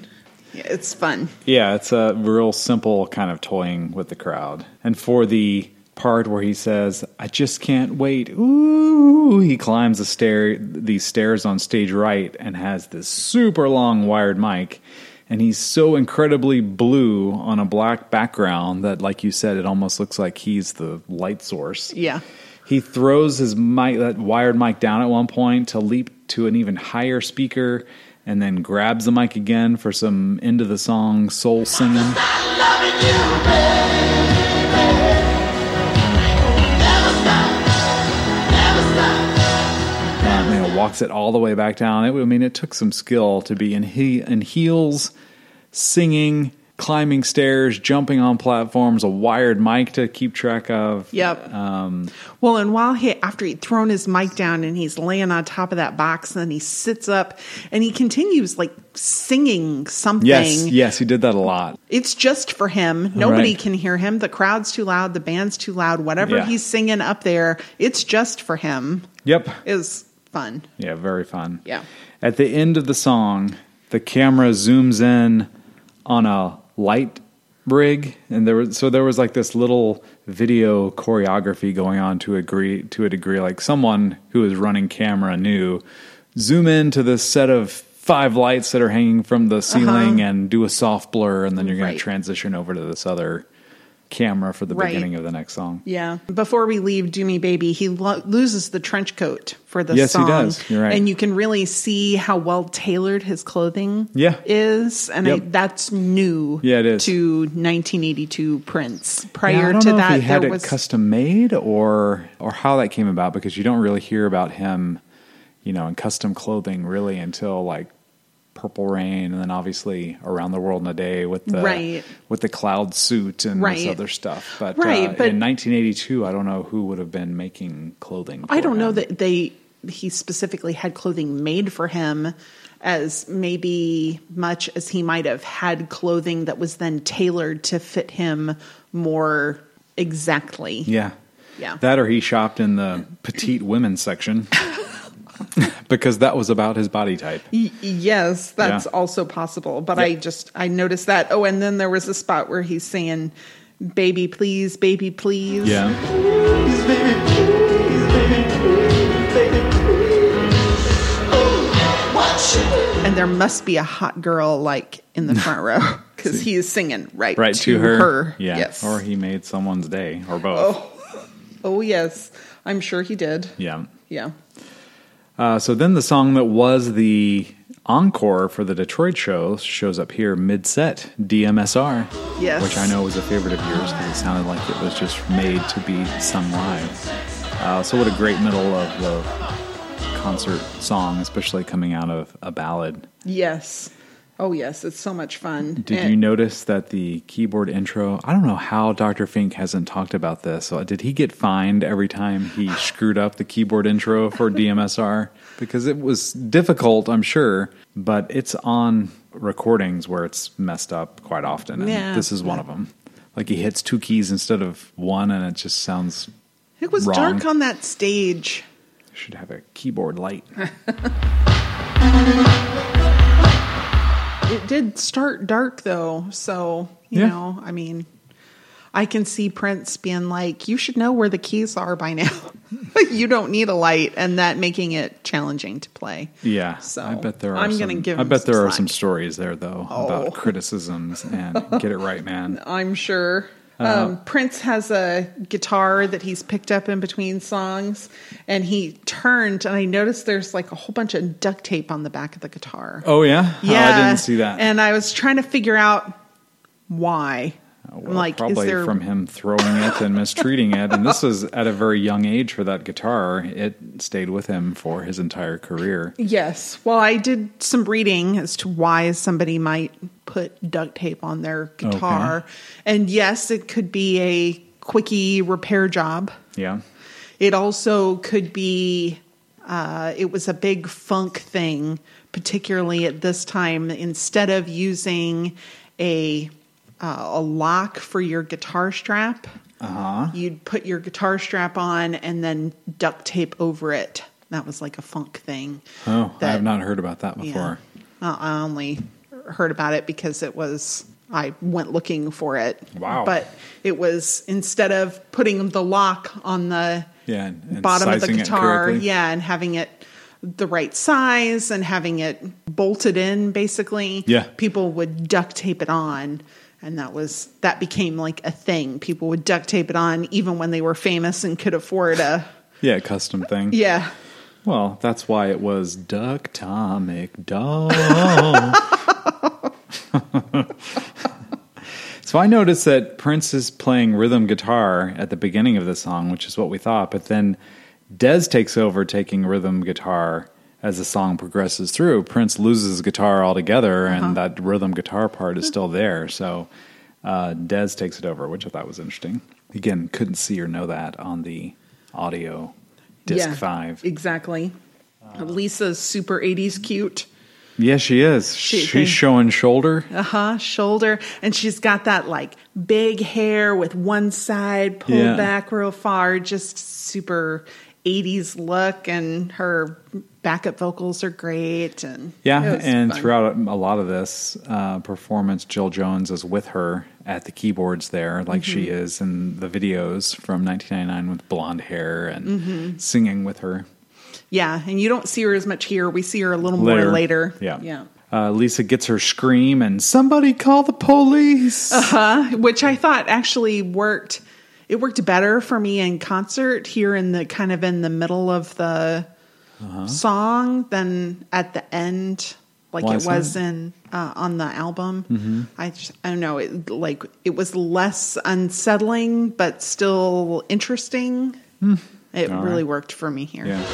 S1: yeah, it's fun.
S2: Yeah, it's a real simple kind of toying with the crowd. And for the part where he says, "I just can't wait." Ooh, he climbs the stair, these stairs on stage right, and has this super long wired mic, and he's so incredibly blue on a black background that, like you said, it almost looks like he's the light source.
S1: Yeah.
S2: He throws his mic, that wired mic, down at one point to leap to an even higher speaker, and then grabs the mic again for some end of the song soul singing. Um, you know, walks it all the way back down. It, I mean, it took some skill to be in, he, in heels, singing, climbing stairs, jumping on platforms, a wired mic to keep track of.
S1: Yep.
S2: Um,
S1: well, and while he, after he'd thrown his mic down and he's laying on top of that box, then he sits up and he continues like singing something.
S2: Yes, yes, he did that a lot.
S1: It's just for him. Nobody
S2: Right.
S1: can hear him. The crowd's too loud. The band's too loud. Whatever
S2: Yeah.
S1: he's singing up there, it's just for him.
S2: Yep.
S1: Is fun.
S2: Yeah, very fun.
S1: Yeah.
S2: At the end of the song, the camera zooms in on a light rig, and there was so there was like this little video choreography going on to agree to a degree. Like someone who is running camera knew zoom in to this set of five lights that are hanging from the ceiling and do a soft blur, and then you're going
S1: Uh-huh. Right.
S2: to transition over to this other camera for the
S1: Right.
S2: beginning of the next song.
S1: Yeah. Before we leave, Do Me Baby, he lo- loses the trench coat for the
S2: Yes, he
S1: song.
S2: does. You're right.
S1: And you can really see how well tailored his clothing
S2: Yeah.
S1: is. And I,
S2: Yep.
S1: that's new
S2: Yeah, it is.
S1: to 1982 Prince. Prior
S2: Yeah, I don't
S1: to
S2: know
S1: that,
S2: if he had
S1: there
S2: it
S1: was.
S2: custom made or or how that came about because you don't really hear about him, you know, in custom clothing really until like Purple Rain and then obviously Around the World in a Day with the
S1: Right.
S2: with the cloud suit and
S1: Right.
S2: this other stuff. But,
S1: Right,
S2: uh,
S1: but-
S2: in 1982, I don't know who would have been making clothing.
S1: I
S2: for
S1: don't know
S2: him.
S1: that they he specifically had clothing made for him as maybe much as he might have had clothing that was then tailored to fit him more exactly.
S2: Yeah.
S1: Yeah.
S2: That or he shopped in the petite women section *laughs* because that was about his body type.
S1: Y- E, yes, that's
S2: Yeah.
S1: also possible. But I
S2: Yep.
S1: just I noticed that. Oh, and then there was a spot where he's saying baby please, baby please.
S2: Yeah.
S3: Please, baby, please, baby, please, baby, please. Ooh, watch it.
S1: And there must be a hot girl like in
S2: *laughs*
S1: the front row cuz he is singing right,
S2: right to, her. Yeah.
S1: Yes.
S2: Or he made someone's day or both.
S1: Oh yes, I'm sure he did.
S2: Yeah.
S1: Yeah.
S2: Uh, so then the song that was the encore for the Detroit show shows up here mid set DMSR.
S1: Yes.
S2: Which I know was a favorite of yours because it sounded like it was just made to be sung live. Uh, so what a great middle of the concert song, especially coming out of a ballad.
S1: Yes. Oh yes, it's so much fun.
S2: Did
S1: And-
S2: you notice that the keyboard intro? I don't know how Dr. Fink hasn't talked about this. So did he get fined every time
S1: *sighs*
S2: he screwed up the keyboard intro for DMSR? Because it was difficult, I'm sure, but it's on recordings where it's messed up quite often. And
S1: Yeah.
S2: this is one of them. Like he hits two keys instead of one, and it just sounds.
S1: It was
S2: wrong.
S1: dark on that stage.
S2: Should have a keyboard light.
S1: *laughs* It did start dark though, so you
S2: Yeah.
S1: know, I mean, I can see Prince being like, "You should know where the keys are by now. *laughs* you don't need a light," and that making it challenging to play.
S2: Yeah,
S1: So,
S2: I bet there are.
S1: I'm
S2: some,
S1: gonna give
S2: I
S1: him
S2: bet
S1: some
S2: there are some
S1: slack.
S2: stories there though
S1: Oh.
S2: about criticisms and get it
S1: *laughs*
S2: right, man.
S1: I'm sure.
S2: Uh-huh.
S1: um, Prince has a guitar that he's picked up in between songs, and he turned, and I noticed there's like a whole bunch of duct tape on the back of the guitar.
S2: Oh yeah, Oh, I didn't see that.
S1: And I was trying to figure out why.
S2: Oh, Well,
S1: I'm like, is
S2: probably
S1: there?
S2: from him throwing it and mistreating it. And this was at a very young age for that guitar. It stayed with him for his entire career.
S1: yes. Well, I did some reading as to why somebody might put duct tape on their guitar, and yes, it could be a quickie repair job.
S2: Yeah.
S1: It also could be. Uh, it was a big funk thing, particularly at this time. Instead of using a uh, a lock for your guitar strap,
S2: Uh-huh.
S1: you'd put your guitar strap on and then duct tape over it. That was like a funk thing.
S2: Oh, I
S1: that-
S2: have not heard about that before.
S1: yeah. Uh, I only heard about it because it was I went looking for it.
S2: Wow.
S1: But it was instead of putting the lock on the
S2: Yeah, and- and
S1: bottom of the
S2: sizing it
S1: guitar,
S2: correctly.
S1: yeah, and having it the right size and having it bolted in basically,
S2: Yeah.
S1: people would duct tape it on. And that was that became like a thing. People would duct tape it on even when they were famous and could afford a
S2: Yeah, custom thing.
S1: yeah.
S2: Well, that's why it was Ductomic Doll. *laughs* so I noticed that Prince is playing rhythm guitar at the beginning of the song, which is what we thought, but then Des takes over taking rhythm guitar as the song progresses through. Prince loses guitar altogether, and that rhythm guitar part is still there. So uh, Des takes it over, which I thought was interesting. Again, couldn't see or know that on the audio disc
S1: Yeah,
S2: five.
S1: Exactly. Lisa's super 80s cute.
S2: Yeah, she is. She's
S1: thank- *laughs*
S2: showing shoulder.
S1: Uh huh. Shoulder. And she's got that like big hair with one side pulled
S2: Yeah.
S1: back real far, just super 80s look. And her backup vocals are great. And it
S2: Yeah,
S1: was
S2: and
S1: fun.
S2: throughout a lot of this uh, performance, Jill Jones is with her at the keyboards there, like she
S1: Mm-hmm.
S2: is in the videos from 1999 with blonde hair and
S1: Mm-hmm.
S2: singing with her.
S1: Yeah. And you don't see her as much here. We see her a little more later.
S2: Yeah.
S1: Yeah.
S2: Uh, Lisa gets her scream and somebody call
S1: *laughs*
S2: the police.
S1: which I thought actually worked. It worked better for me in concert here in the kind of in the middle of the
S2: Uh-huh.
S1: song than at the end, like
S2: Why is
S1: it was
S2: that? Mm-hmm.
S1: in uh, on the album. I just, I don't know. It, like it was less unsettling, but still interesting. It
S2: Hmm. All
S1: really
S2: right.
S1: worked for me here.
S2: Yeah.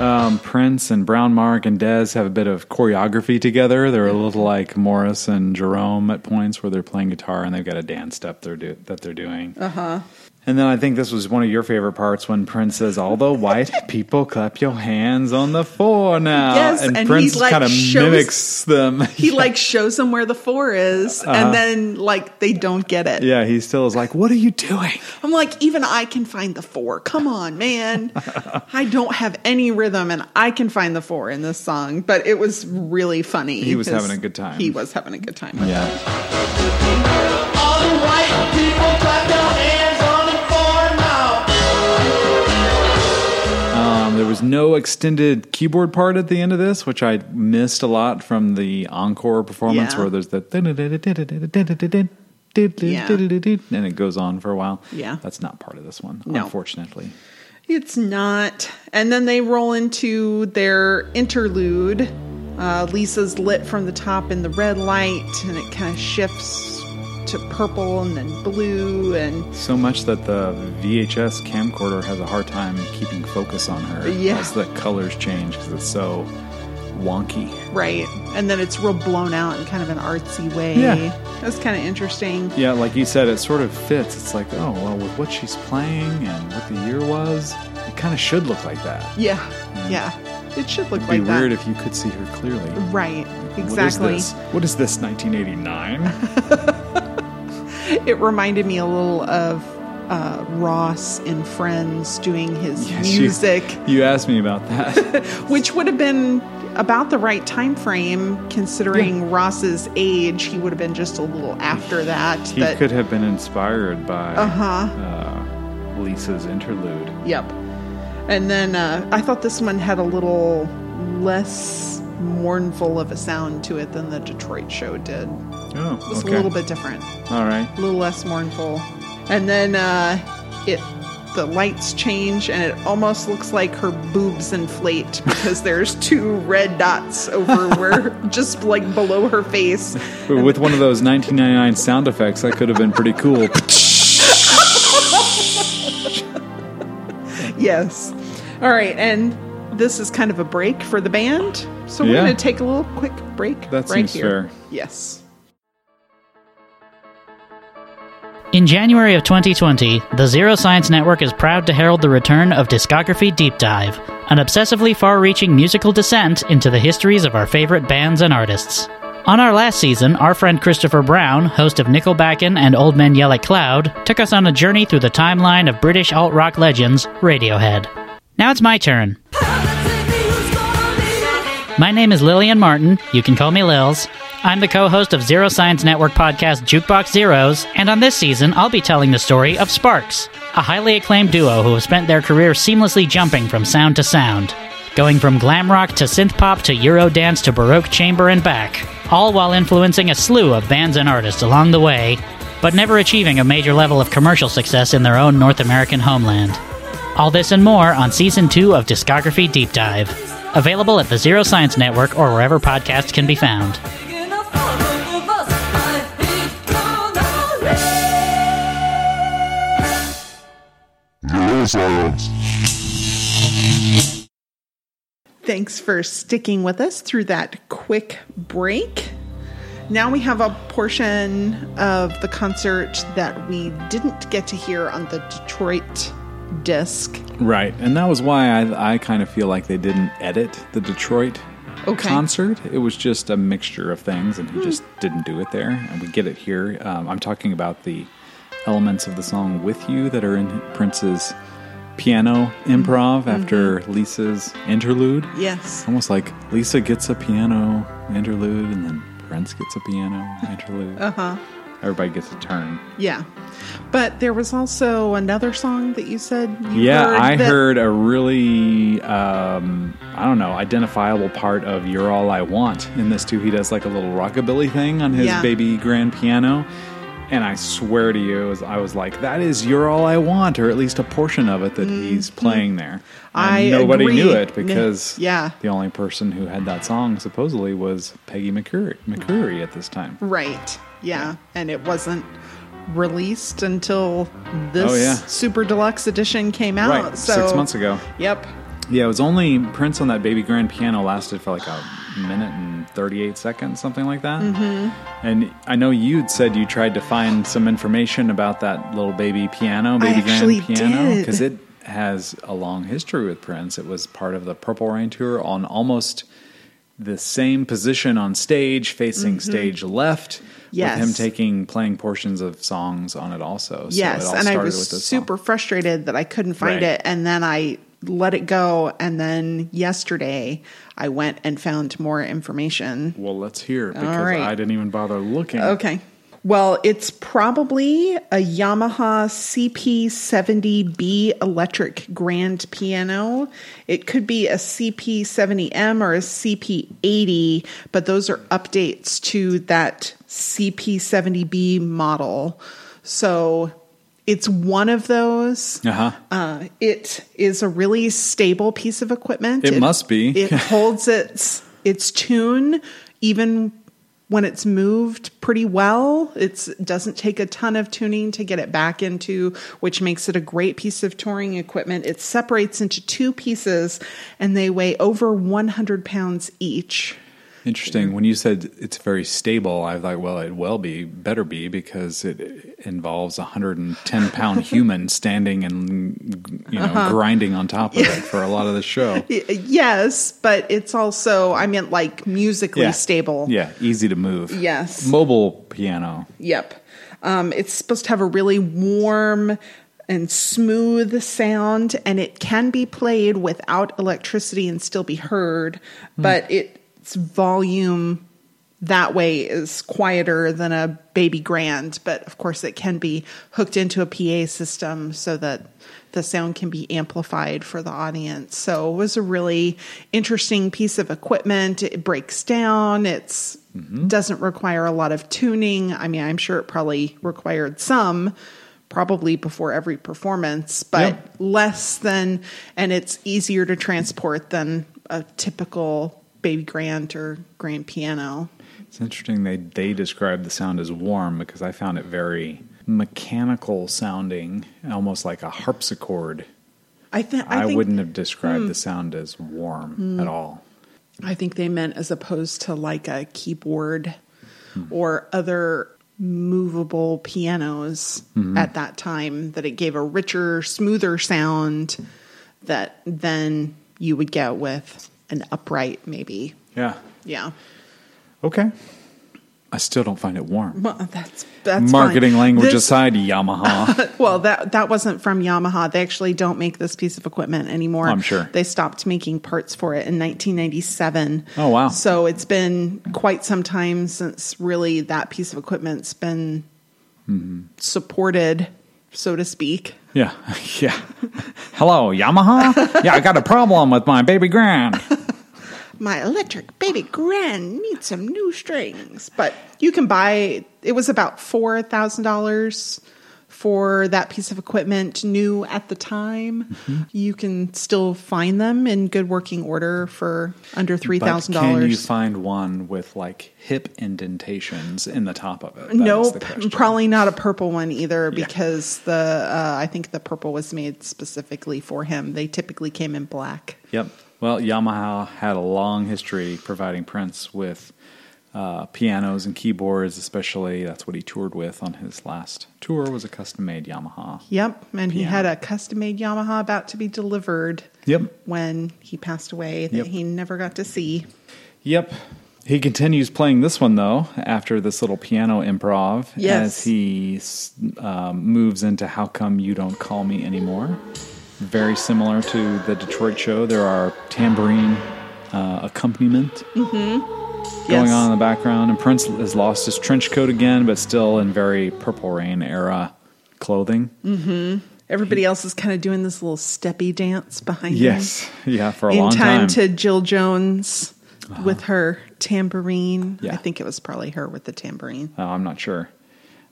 S2: Um, Prince and Brown Mark and Dez have a bit of choreography together. They're a little like Morris and Jerome at points where they're playing guitar and they've got a dance step they're do- that they're doing. Uh huh.
S1: Uh-huh.
S2: And then I think this was one of your favorite parts when Prince says, "All the
S1: *laughs*
S2: white people clap your hands on the floor now,"
S1: Yes, and he,
S2: Prince
S1: like,
S2: kind of
S1: shows-
S2: mimics them.
S1: He like shows them where the four is,
S2: Uh-huh.
S1: and then like they don't get it.
S2: *laughs* Yeah, he still is like, "What are you doing?"
S1: I'm like, even I can find the four. Come on,
S2: *laughs*
S1: man. I don't have any rhythm and I can find the four in this song. But it was really funny.
S2: He was
S1: 'cause
S2: having a good time.
S1: He was having a good time. with it.
S2: Yeah,
S3: All the white people clap their hands on the floor now.
S2: um, there was no extended keyboard part at the end of this, which I missed a lot from the encore performance,
S1: Yeah.
S2: where there's the and it goes on for a while.
S1: Yeah.
S2: that's not part of this one,
S1: No.
S2: unfortunately.
S1: It's not. And then they roll into their interlude. Uh, Lisa's lit from the top in the red light, and it kind of shifts to purple and then blue and
S2: So much that the VHS camcorder has a hard time keeping focus on her
S1: Yeah.
S2: as the colors change because it's so wonky.
S1: right. And then it's real blown out in kind of an artsy way.
S2: Yeah.
S1: That's kind of interesting.
S2: Yeah, like you said, it sort of fits. It's like, oh, well, with what she's playing and what the year was, it kind of should look like that.
S1: Yeah, yeah. It should look
S2: It'd
S1: like
S2: be
S1: that.
S2: weird if you could see her clearly.
S1: right,
S2: What is
S1: exactly.
S2: this? What is this,
S1: *laughs*
S2: *laughs* 1989?
S1: It reminded me a little of uh, Ross in Friends doing his
S2: Yes, you-
S1: music,
S2: you asked me about
S1: *laughs*
S2: that.
S1: which would have been about the right time frame considering Ross's age. He would have been just a little after that.
S2: he
S1: but
S2: could have been inspired by
S1: Uh-huh.
S2: uh, Lisa's interlude.
S1: yep. And then uh, I thought this one had a little less mournful of a sound to it than the Detroit show did. It
S2: Oh,
S1: was
S2: okay.
S1: a little bit different.
S2: All
S1: *laughs*
S2: right.
S1: a little less mournful. And then uh, it the lights change and it almost looks like her boobs inflate because there's *laughs* two red dots over
S2: *laughs*
S1: where just like below her face.
S2: With one of those 1999 sound effects, that could have been pretty cool.
S1: *laughs* Yes. All right, and this is kind of a break for the band. So we're
S2: Yeah.
S1: going to take a little quick break
S2: That
S1: right
S2: seems
S1: here.
S2: fair.
S1: Yes.
S4: In January of 2020, the Zero Science Network is proud to herald the return of Discography Deep Dive, an obsessively far reaching musical descent into the histories of our favorite bands and artists. On our last season, our friend Christopher Brown, host of Nickelbacken and Old Men Yell at Cloud, took us on a journey through the timeline of British alt rock legends Radiohead. Now it's my turn. My name is Lillian Martin. You can call me Lils. I'm the co host of Zero Science Network podcast Jukebox Zeros, and on this season, I'll be telling the story of Sparks, a highly acclaimed duo who have spent their career seamlessly jumping from sound to sound, going from glam rock to synth pop to Eurodance to Baroque chamber and back, all while influencing a slew of bands and artists along the way, but never achieving a major level of commercial success in their own North American homeland. All this and more on season two of Discography Deep Dive. Available at the Zero Science Network or wherever podcasts can be found.
S1: Thanks for sticking with us through that quick break. Now we have a portion of the concert that we didn't get to hear on the Detroit disc.
S2: Right, and that was why I, I kind of feel like they didn't edit the Detroit
S1: Okay.
S2: concert. It was just a mixture of things, and he just didn't do it there. And we get it here. Um, I'm talking about the elements of the song "With You" that are in Prince's piano improv after Lisa's interlude.
S1: Yes.
S2: Almost like Lisa gets a piano interlude, and then Prince gets a piano interlude. uh huh. Everybody gets a turn.
S1: Yeah. But there was also another song that you said you
S2: Yeah,
S1: heard
S2: I
S1: that-
S2: heard a really, um, I don't know, identifiable part of You're All I Want in this too. He does like a little rockabilly thing on his
S1: Yeah.
S2: baby grand piano. And I swear to you, it was- I was like, that is You're All I Want, or at least a portion of it that he's playing there. And
S1: Mm-hmm. I
S2: nobody
S1: agree.
S2: knew it
S1: N-
S2: because
S1: yeah.
S2: the only person who had that song supposedly was Peggy McCreary, McCreary at this time.
S1: Right. Yeah. And it wasn't released until this
S2: Oh, yeah.
S1: super deluxe edition came out.
S2: Right,
S1: So
S2: six months ago.
S1: Yep.
S2: Yeah, it was only Prince on that baby grand piano lasted for like a minute and 38 seconds, something like that. Mm-hmm. And I know you'd said you tried to find some information about that little baby piano, baby
S1: actually
S2: grand piano,
S1: did.
S2: because it has a long history with Prince. It was part of the Purple Rain tour on almost the same position on stage, facing stage left.
S1: Mm-hmm. Yes.
S2: With him taking playing portions of songs on it also. So it
S1: yes.
S2: all
S1: And I
S2: started
S1: was
S2: with this song.
S1: super frustrated that I couldn't find
S2: Right.
S1: it. And then I let it go. And then yesterday I went and found more information.
S2: Well, let's hear it because
S1: right.
S2: I didn't even bother looking.
S1: Okay. Well, it's probably a Yamaha CP70B electric grand piano. It could be a CP70M or a CP80, but those are updates to that CP70B model. So it's one of those.
S2: Uh huh.
S1: Uh, it is a really stable piece of equipment.
S2: It must be.
S1: *laughs* it holds its its tune even when it's moved pretty well. It doesn't take a ton of tuning to get it back into, which makes it a great piece of touring equipment. It separates into two pieces, and they weigh over 100 pounds each.
S2: Interesting. When you said it's very stable, I was like, well, it will be, better be, because it involves a
S1: *laughs*
S2: 110 pound human standing and, you know,
S1: Uh-huh.
S2: grinding on top of it for a lot of
S1: *laughs*
S2: the show.
S1: Y- Yes, but it's also, I meant like musically stable.
S2: Yeah. Easy to move.
S1: Yes.
S2: Mobile piano.
S1: Yep. Um, it's supposed to have a really warm and smooth sound, and it can be played without electricity and still be heard, but it, its volume that way is quieter than a baby grand. But of course, it can be hooked into a PA system so that the sound can be amplified for the audience. So it was a really interesting piece of equipment. It breaks down. It's doesn't require a lot of tuning. I mean, I'm sure it probably required some probably before every performance, but
S2: Yeah.
S1: less than and it's easier to transport than a typical baby grand or grand piano.
S2: It's interesting they, they describe the sound as warm because I found it very mechanical sounding, almost like a harpsichord.
S1: I, th- I
S2: I,
S1: think Hmm.
S2: wouldn't have described the sound as warm at all.
S1: I think they meant as opposed to like a keyboard or other movable pianos
S2: Mm-hmm.
S1: at that time that it gave a richer, smoother sound that then you would get with an upright maybe.
S2: Yeah.
S1: Yeah.
S2: Okay. I still don't find it warm.
S1: Well, that's that's
S2: Marketing
S1: fine.
S2: language
S1: This-
S2: aside, Yamaha.
S1: *laughs* Well, that that wasn't from Yamaha. They actually don't make this piece of equipment anymore.
S2: I'm sure.
S1: they stopped making parts for it in 1997.
S2: Oh, wow.
S1: So it's been quite some time since really that piece of equipment's been
S2: Mm-hmm.
S1: supported, so to speak.
S2: yeah, yeah. Hello, Yamaha. Yeah, I got a problem with my baby grand.
S1: My electric baby grand needs some new strings, but you can buy. It was about four thousand dollars. For that piece of equipment, new at the time,
S2: Mm-hmm.
S1: you can still find them in good working order for under *laughs* three
S2: But
S1: thousand
S2: Can you
S1: dollars.
S2: find one with like hip indentations in the top of it? That is the
S1: Nope,
S2: question.
S1: probably not a purple one either because the uh, I think the purple was made specifically for him. They typically came in black.
S2: Yep. Well, Yamaha had a long history providing Prince with uh, pianos and keyboards, especially. That's what he toured with on his last tour. Was a custom made Yamaha.
S1: Yep, and he
S2: Piano.
S1: had a custom made Yamaha about to be delivered.
S2: Yep.
S1: when he passed away that
S2: Yep.
S1: he never got to see.
S2: Yep. He continues playing this one though after this little piano improv
S1: Yes.
S2: as he s- um, moves into "How Come You Don't Call Me Anymore." Very similar to the Detroit show. There are tambourine uh, accompaniment
S1: Mm,
S2: going on in the background, and Prince has lost his trench coat again, but still in very Purple Rain era clothing.
S1: Mm-hmm. Everybody else is kind of doing this little steppy dance behind
S2: Yes, *laughs* yeah, for a
S1: him. In
S2: long
S1: time,
S2: time. Uh-huh.
S1: to Jill Jones with her tambourine.
S2: Yeah.
S1: I think it was probably her with the tambourine.
S2: Uh, I'm not sure.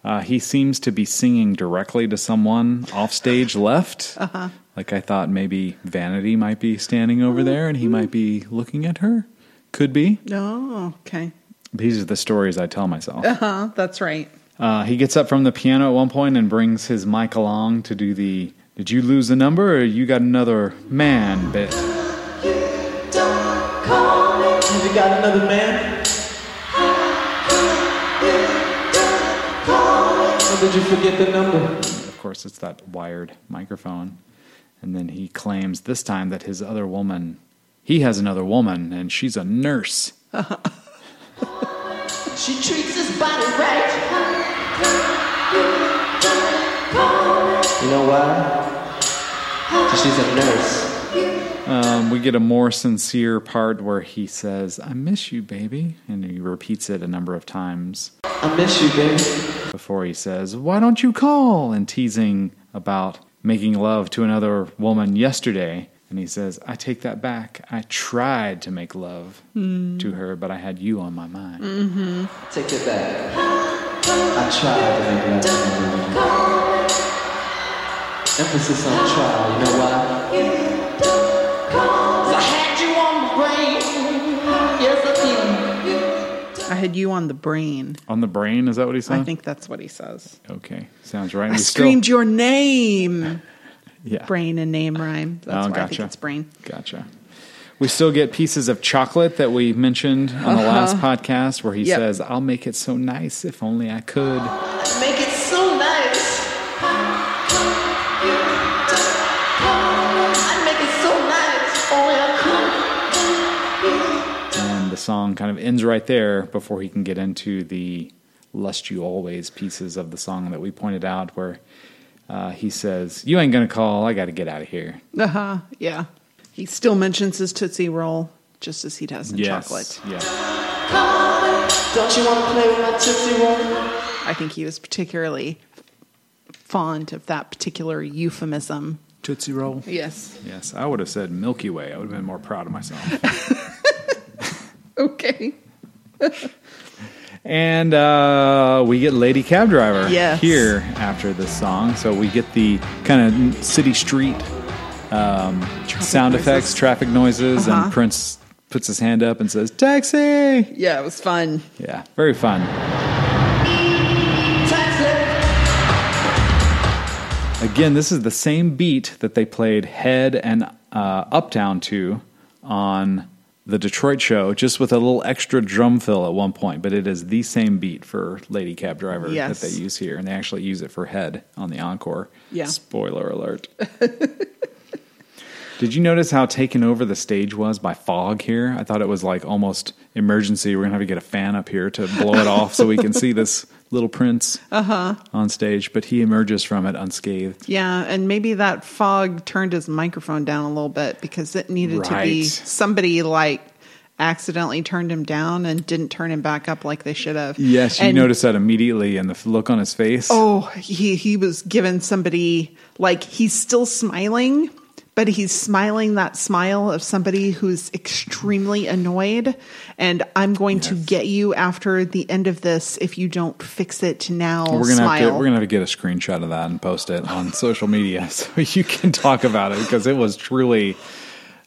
S2: Uh, he seems to be singing directly to someone offstage left. Like I thought maybe Vanity might be standing over there and he might be looking at her. Could be.
S1: Oh, okay.
S2: These are the stories I tell myself.
S1: Huh, that's right.
S2: Uh, he gets up from the piano at one point and brings his mic along to do the Did you lose the number or you got another man bit?
S3: Have you got another man? Or did you forget the number?
S2: Of course, it's that wired microphone. And then he claims this time that his other woman, he has another woman and she's a nurse.
S3: She treats his body right. You know why? 'Cause she's a nurse.
S2: Um, we get a more sincere part where he says, I miss you, baby. And he repeats it a number of times
S3: I miss you, baby.
S2: before he says, Why don't you call? And teasing about making love to another woman yesterday. And he says, I take that back. I tried to make love to her, but I had you on my mind.
S1: Mm.
S3: Take it back. I tried to make love to you. Emphasis on try. You know why? 'Cause I had you on my brain. Yes, I did.
S1: I had you on the brain.
S2: On the brain, is that what he said?
S1: I think that's what he says.
S2: Okay, sounds right.
S1: I screamed your name. *laughs*
S2: yeah.
S1: Brain and name rhyme. That's
S2: Oh,
S1: why I think
S2: gotcha.
S1: it's brain.
S2: Gotcha. We still get pieces of chocolate that we mentioned on the last podcast where he
S1: Uh-huh. Yep.
S2: says, I'll make it so nice if only I could.
S3: Make it so nice. I make it so nice. Only I could.
S2: And the song kind of ends right there before he can get into the Lust You Always pieces of the song that we pointed out where uh, he says, You ain't going to call. I got to get out of here.
S1: Uh huh. Yeah. He still mentions his Tootsie Roll just as he does in chocolate.
S2: Yeah.
S3: Don't you want to play with my tipsy woman?
S1: I think he was particularly fond of that particular euphemism.
S2: Tootsie Roll.
S1: Yes.
S2: Yes, I would have said Milky Way. I would have been more proud of myself.
S1: Okay.
S2: And uh, we get Lady Cab Driver
S1: Yes.
S2: here after this song. So we get the kind of city street um, sound
S1: noises. Uh-huh.
S2: effects, traffic noises, and Prince puts his hand up and says, Taxi!
S1: Yeah, it was fun.
S2: Yeah, very fun. Again, this is the same beat that they played Head and uh, Uptown to on the Detroit show, just with a little extra drum fill at one point. But it is the same beat for Lady Cab Driver
S1: Yes.
S2: that they use here, and they actually use it for Head on the encore.
S1: Yeah.
S2: Spoiler alert. *laughs* Did you notice how taken over the stage was by fog here? I thought it was like almost emergency. We're gonna have to get a fan up here to blow it off so we can see this
S1: *laughs*
S2: little prince
S1: Uh-huh.
S2: on stage. But he emerges from it unscathed.
S1: Yeah, and maybe that fog turned his microphone down a little bit because it needed to be
S2: Right.
S1: somebody like accidentally turned him down and didn't turn him back up like they should have.
S2: Yes, you
S1: And-
S2: noticed that immediately, and the f- look on his face.
S1: Oh, he he was giving somebody like he's still smiling, but he's smiling that smile of somebody who's extremely annoyed and I'm going to
S2: Yes.
S1: get you after the end of this if you don't fix it now.
S2: we're gonna
S1: smile.
S2: have to, we're gonna have to get a screenshot of that and post it on *laughs* social media so you can talk about it because it was truly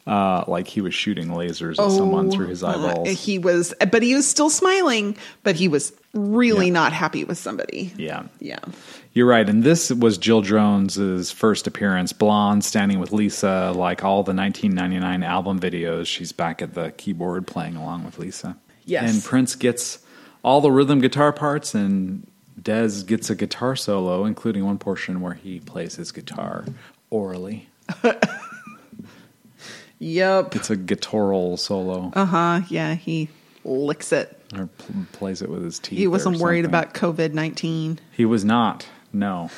S2: uh, like he was shooting lasers at someone through his
S1: Uh,
S2: eyeballs.
S1: he was, but he was still smiling, but he was really
S2: Yeah.
S1: not happy with somebody.
S2: yeah.
S1: Yeah.
S2: You're right. And this was Jill Jones's first appearance, blonde, standing with Lisa, like all the 1999 album videos. She's back at the keyboard playing along with Lisa.
S1: Yes.
S2: And Prince gets all the rhythm guitar parts, and Dez gets a guitar solo, including one portion where he plays his guitar orally.
S1: Yep.
S2: It's a guitaral solo,
S1: Uh huh. Yeah. He licks it.
S2: or pl- plays it with his teeth.
S1: He
S2: or
S1: wasn't worried
S2: something.
S1: about COVID 19.
S2: He was not. No.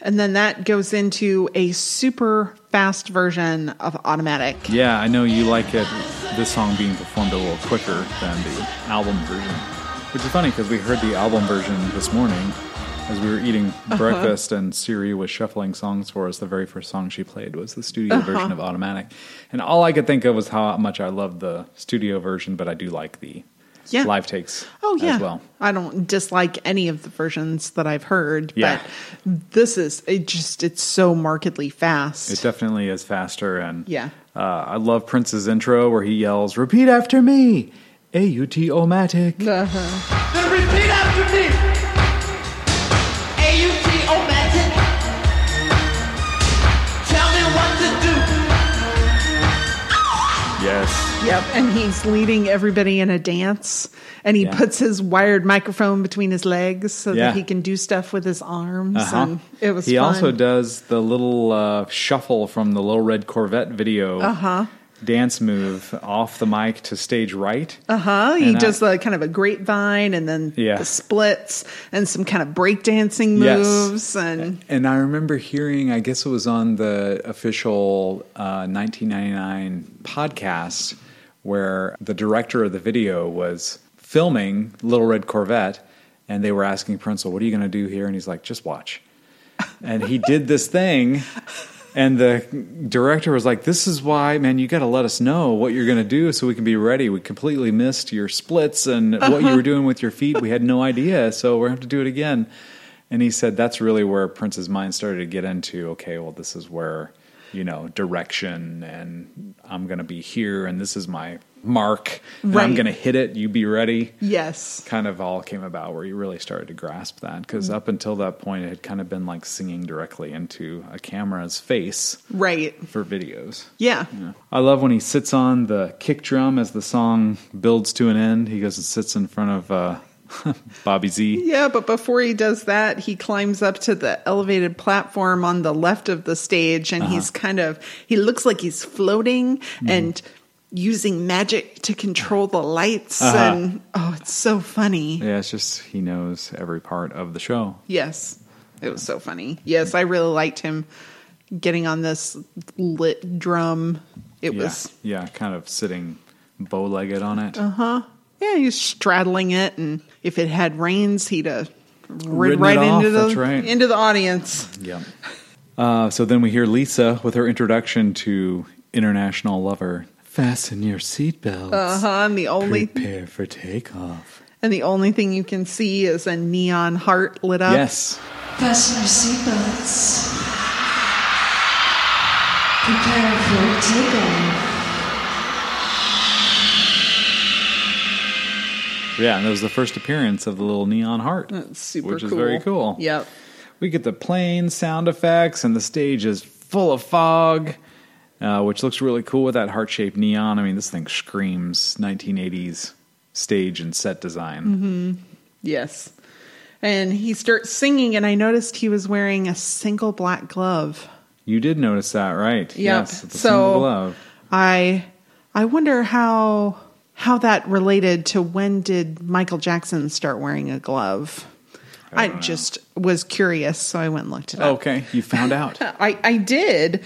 S1: And then that goes into a super fast version of Automatic.
S2: Yeah, I know you like it. This song being performed a little quicker than the album version, which is funny because we heard the album version this morning as we were eating
S1: Uh-huh.
S2: breakfast, and Siri was shuffling songs for us. The very first song she played was the studio
S1: Uh-huh.
S2: version of Automatic, and all I could think of was how much I loved the studio version, but I do like the
S1: Yeah.
S2: live takes.
S1: Oh, yeah.
S2: as well.
S1: I don't dislike any of the versions that I've heard,
S2: Yeah.
S1: but this is, it just, it's so markedly fast.
S2: It definitely is faster, and
S1: Yeah.
S2: uh, I love Prince's intro where he yells, "Repeat after me." A-U-T-O-Matic.
S3: Then repeat after me. A-U-T-O-Matic. Tell me what to do.
S2: Yes.
S1: Yep, and he's leading everybody in a dance, and he
S2: Yeah.
S1: puts his wired microphone between his legs so
S2: Yeah.
S1: that he can do stuff with his arms.
S2: Uh-huh.
S1: And it was
S2: He
S1: fun.
S2: also does the little uh, shuffle from the little red Corvette video.
S1: Uh-huh.
S2: Dance move off the mic to stage right.
S1: Uh huh. He
S2: And I-
S1: does the kind of a grapevine, and then
S2: Yeah.
S1: the splits, and some kind of breakdancing
S2: Yes.
S1: moves, and
S2: And I remember hearing, I guess it was on the official uh, 1999 podcast, where the director of the video was filming Little Red Corvette, and they were asking Prince, "Well, what are you going to do here? And he's like, just watch. And he did this thing. And the director was like, This is why, man, you got to let us know what you're going to do so we can be ready. We completely missed your splits and what you were doing with your feet. We had no idea. So we're going to have to do it again. And he said, That's really where Prince's mind started to get into okay, well, this is where, you know, direction and I'm going to be here and this is my mark and I'm
S1: Right.
S2: going to hit it. You be ready
S1: yes,
S2: kind of all came about where you really started to grasp that because
S1: Mm-hmm.
S2: up until that point it had kind of been like singing directly into a camera's face
S1: right,
S2: for videos
S1: yeah.
S2: i love when he sits on the kick drum as the song builds to an end he goes and sits in front of uh, *laughs* bobby z
S1: Yeah, but before he does that, he climbs up to the elevated platform on the left of the stage and he's
S2: Uh-huh.
S1: kind of he looks like he's floating
S2: Mm-hmm.
S1: and using magic to control the lights
S2: Uh-huh.
S1: and oh, it's so funny.
S2: yeah it's just he knows every part of the show
S1: Yes. It was so funny. Yes, I really liked him getting on this lit drum. It
S2: yeah
S1: was Uh-huh.
S2: yeah kind of sitting bow-legged on it
S1: yeah, he was straddling it and if it had reins, he'd have rid
S2: Ridden
S1: right
S2: it off,
S1: into the
S2: that's right.
S1: into the audience.
S2: Yeah. Uh, so then we hear Lisa with her introduction to International Lover. Fasten your seatbelts.
S1: Uh-huh. And the only
S2: Prepare for takeoff.
S1: And the only thing you can see is a neon heart lit up.
S2: Yes.
S5: Fasten your seatbelts. Prepare for takeoff.
S2: Yeah, and that was the first appearance of the little neon heart.
S1: That's super
S2: Which
S1: cool.
S2: is very cool.
S1: Yep.
S2: We get the plane sound effects, and the stage is full of fog, uh, which looks really cool with that heart shaped neon. I mean, this thing screams 1980s stage and set design.
S1: Mm-hmm. Yes. And he starts singing, and I noticed he was wearing a single black glove.
S2: You did notice that, right?
S1: Yep.
S2: Yes. at the Summer
S1: so
S2: of Love.
S1: I I wonder how how that related to when did Michael Jackson start wearing a glove? I,
S2: don't know. Oh,
S1: just was curious, so I went and looked it up.
S2: Okay, you found out. *laughs*
S1: I, I did.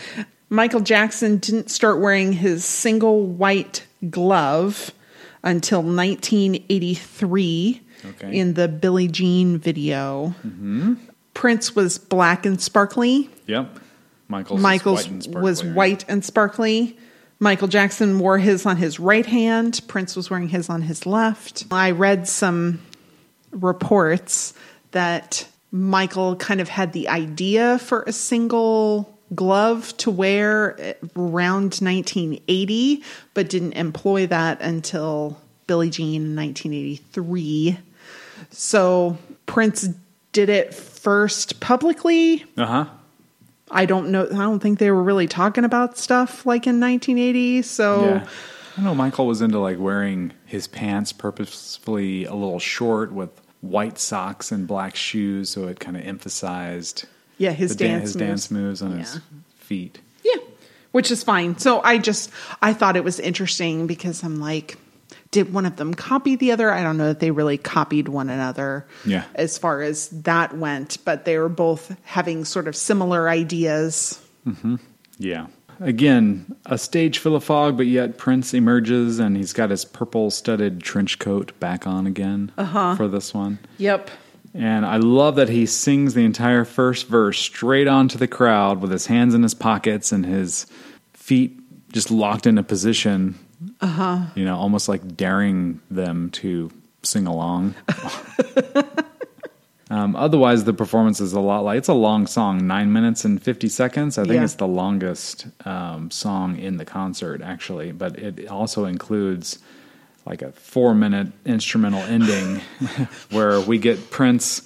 S1: Michael Jackson didn't start wearing his single white glove until 1983
S2: Okay.
S1: in the Billie Jean video. Prince was black and sparkly.
S2: yep. Michael's, is
S1: Michael's
S2: white and sparkly,
S1: was
S2: right?
S1: white and sparkly. Michael Jackson wore his on his right hand. Prince was wearing his on his left. I read some reports that Michael kind of had the idea for a single glove to wear around 1980, but didn't employ that until Billie Jean in 1983. So Prince did it first publicly
S2: Uh huh.
S1: I don't know. I don't think they were really talking about stuff like in 1980. So
S2: Yeah. I know Michael was into like wearing his pants purposefully a little short with white socks and black shoes, so it kind of emphasized
S1: Yeah, his
S2: the dan-
S1: dance
S2: his
S1: moves.
S2: dance moves on his
S1: Yeah.
S2: feet.
S1: yeah, which is fine. So I just I thought it was interesting because I'm like, did one of them copy the other? I don't know that they really copied one another.
S2: Yeah.
S1: as far as that went, but they were both having sort of similar ideas.
S2: Yeah. Again, a stage full of fog, but yet Prince emerges and he's got his purple studded trench coat back on again
S1: Uh-huh.
S2: for this one.
S1: Yep.
S2: And I love that he sings the entire first verse straight onto the crowd with his hands in his pockets and his feet just locked into position. Uh huh. You know, almost like daring them to sing along. um, otherwise, the performance is a lot like it's a long song, nine minutes and 50 seconds. I think
S1: Yeah.
S2: it's the longest um, song in the concert, actually, but it also includes like a four minute instrumental ending *laughs* where we get Prince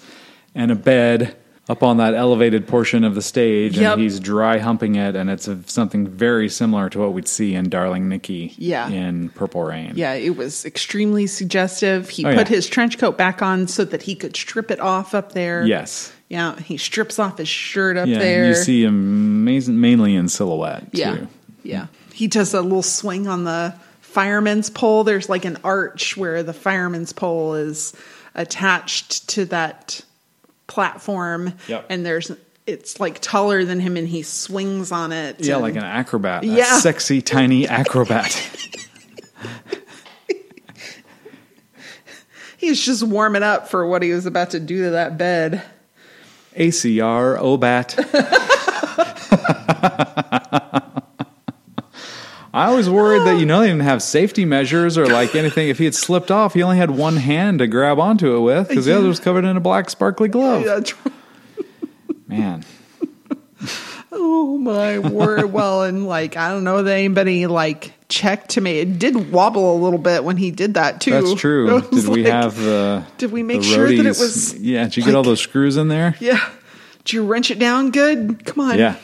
S2: and a bed up on that elevated portion of the stage
S1: Yep.
S2: and he's dry humping it and it's a, something very similar to what we'd see in Darling Nikki
S1: Yeah.
S2: in Purple Rain.
S1: Yeah, it was extremely suggestive. He
S2: Oh,
S1: put
S2: yeah.
S1: his trench coat back on so that he could strip it off up there.
S2: Yes.
S1: Yeah, he strips off his shirt up
S2: Yeah, and
S1: there.
S2: you see him ma- mainly in silhouette
S1: Yeah.
S2: too.
S1: Yeah. He does a little swing on the fireman's pole. There's like an arch where the fireman's pole is attached to that platform.
S2: Yep.
S1: And there's it's like taller than him and he swings on it.
S2: Yeah,
S1: and
S2: like an acrobat. a
S1: Yeah.
S2: sexy, tiny acrobat.
S1: he's just warming up for what he was about to do to that bed.
S2: ACR OBAT. *laughs* I was worried that you know they didn't have safety measures or like anything. If he had slipped off, he only had one hand to grab onto it with because the other was covered in a black sparkly glove.
S1: *laughs* Yeah, tr-
S2: Man,
S1: Oh my
S2: *laughs*
S1: word. well, and like I don't know that anybody like checked to me. It did wobble a little bit when he did that too.
S2: that's
S1: *laughs*
S2: true.
S1: It was
S2: Did we
S1: like-
S2: have the?
S1: did we make
S2: the
S1: sure that it
S2: roadies?
S1: was,
S2: Yeah, did you get all
S1: like-
S2: those screws in there?
S1: Yeah. Did you wrench it down good? Come on.
S2: Yeah,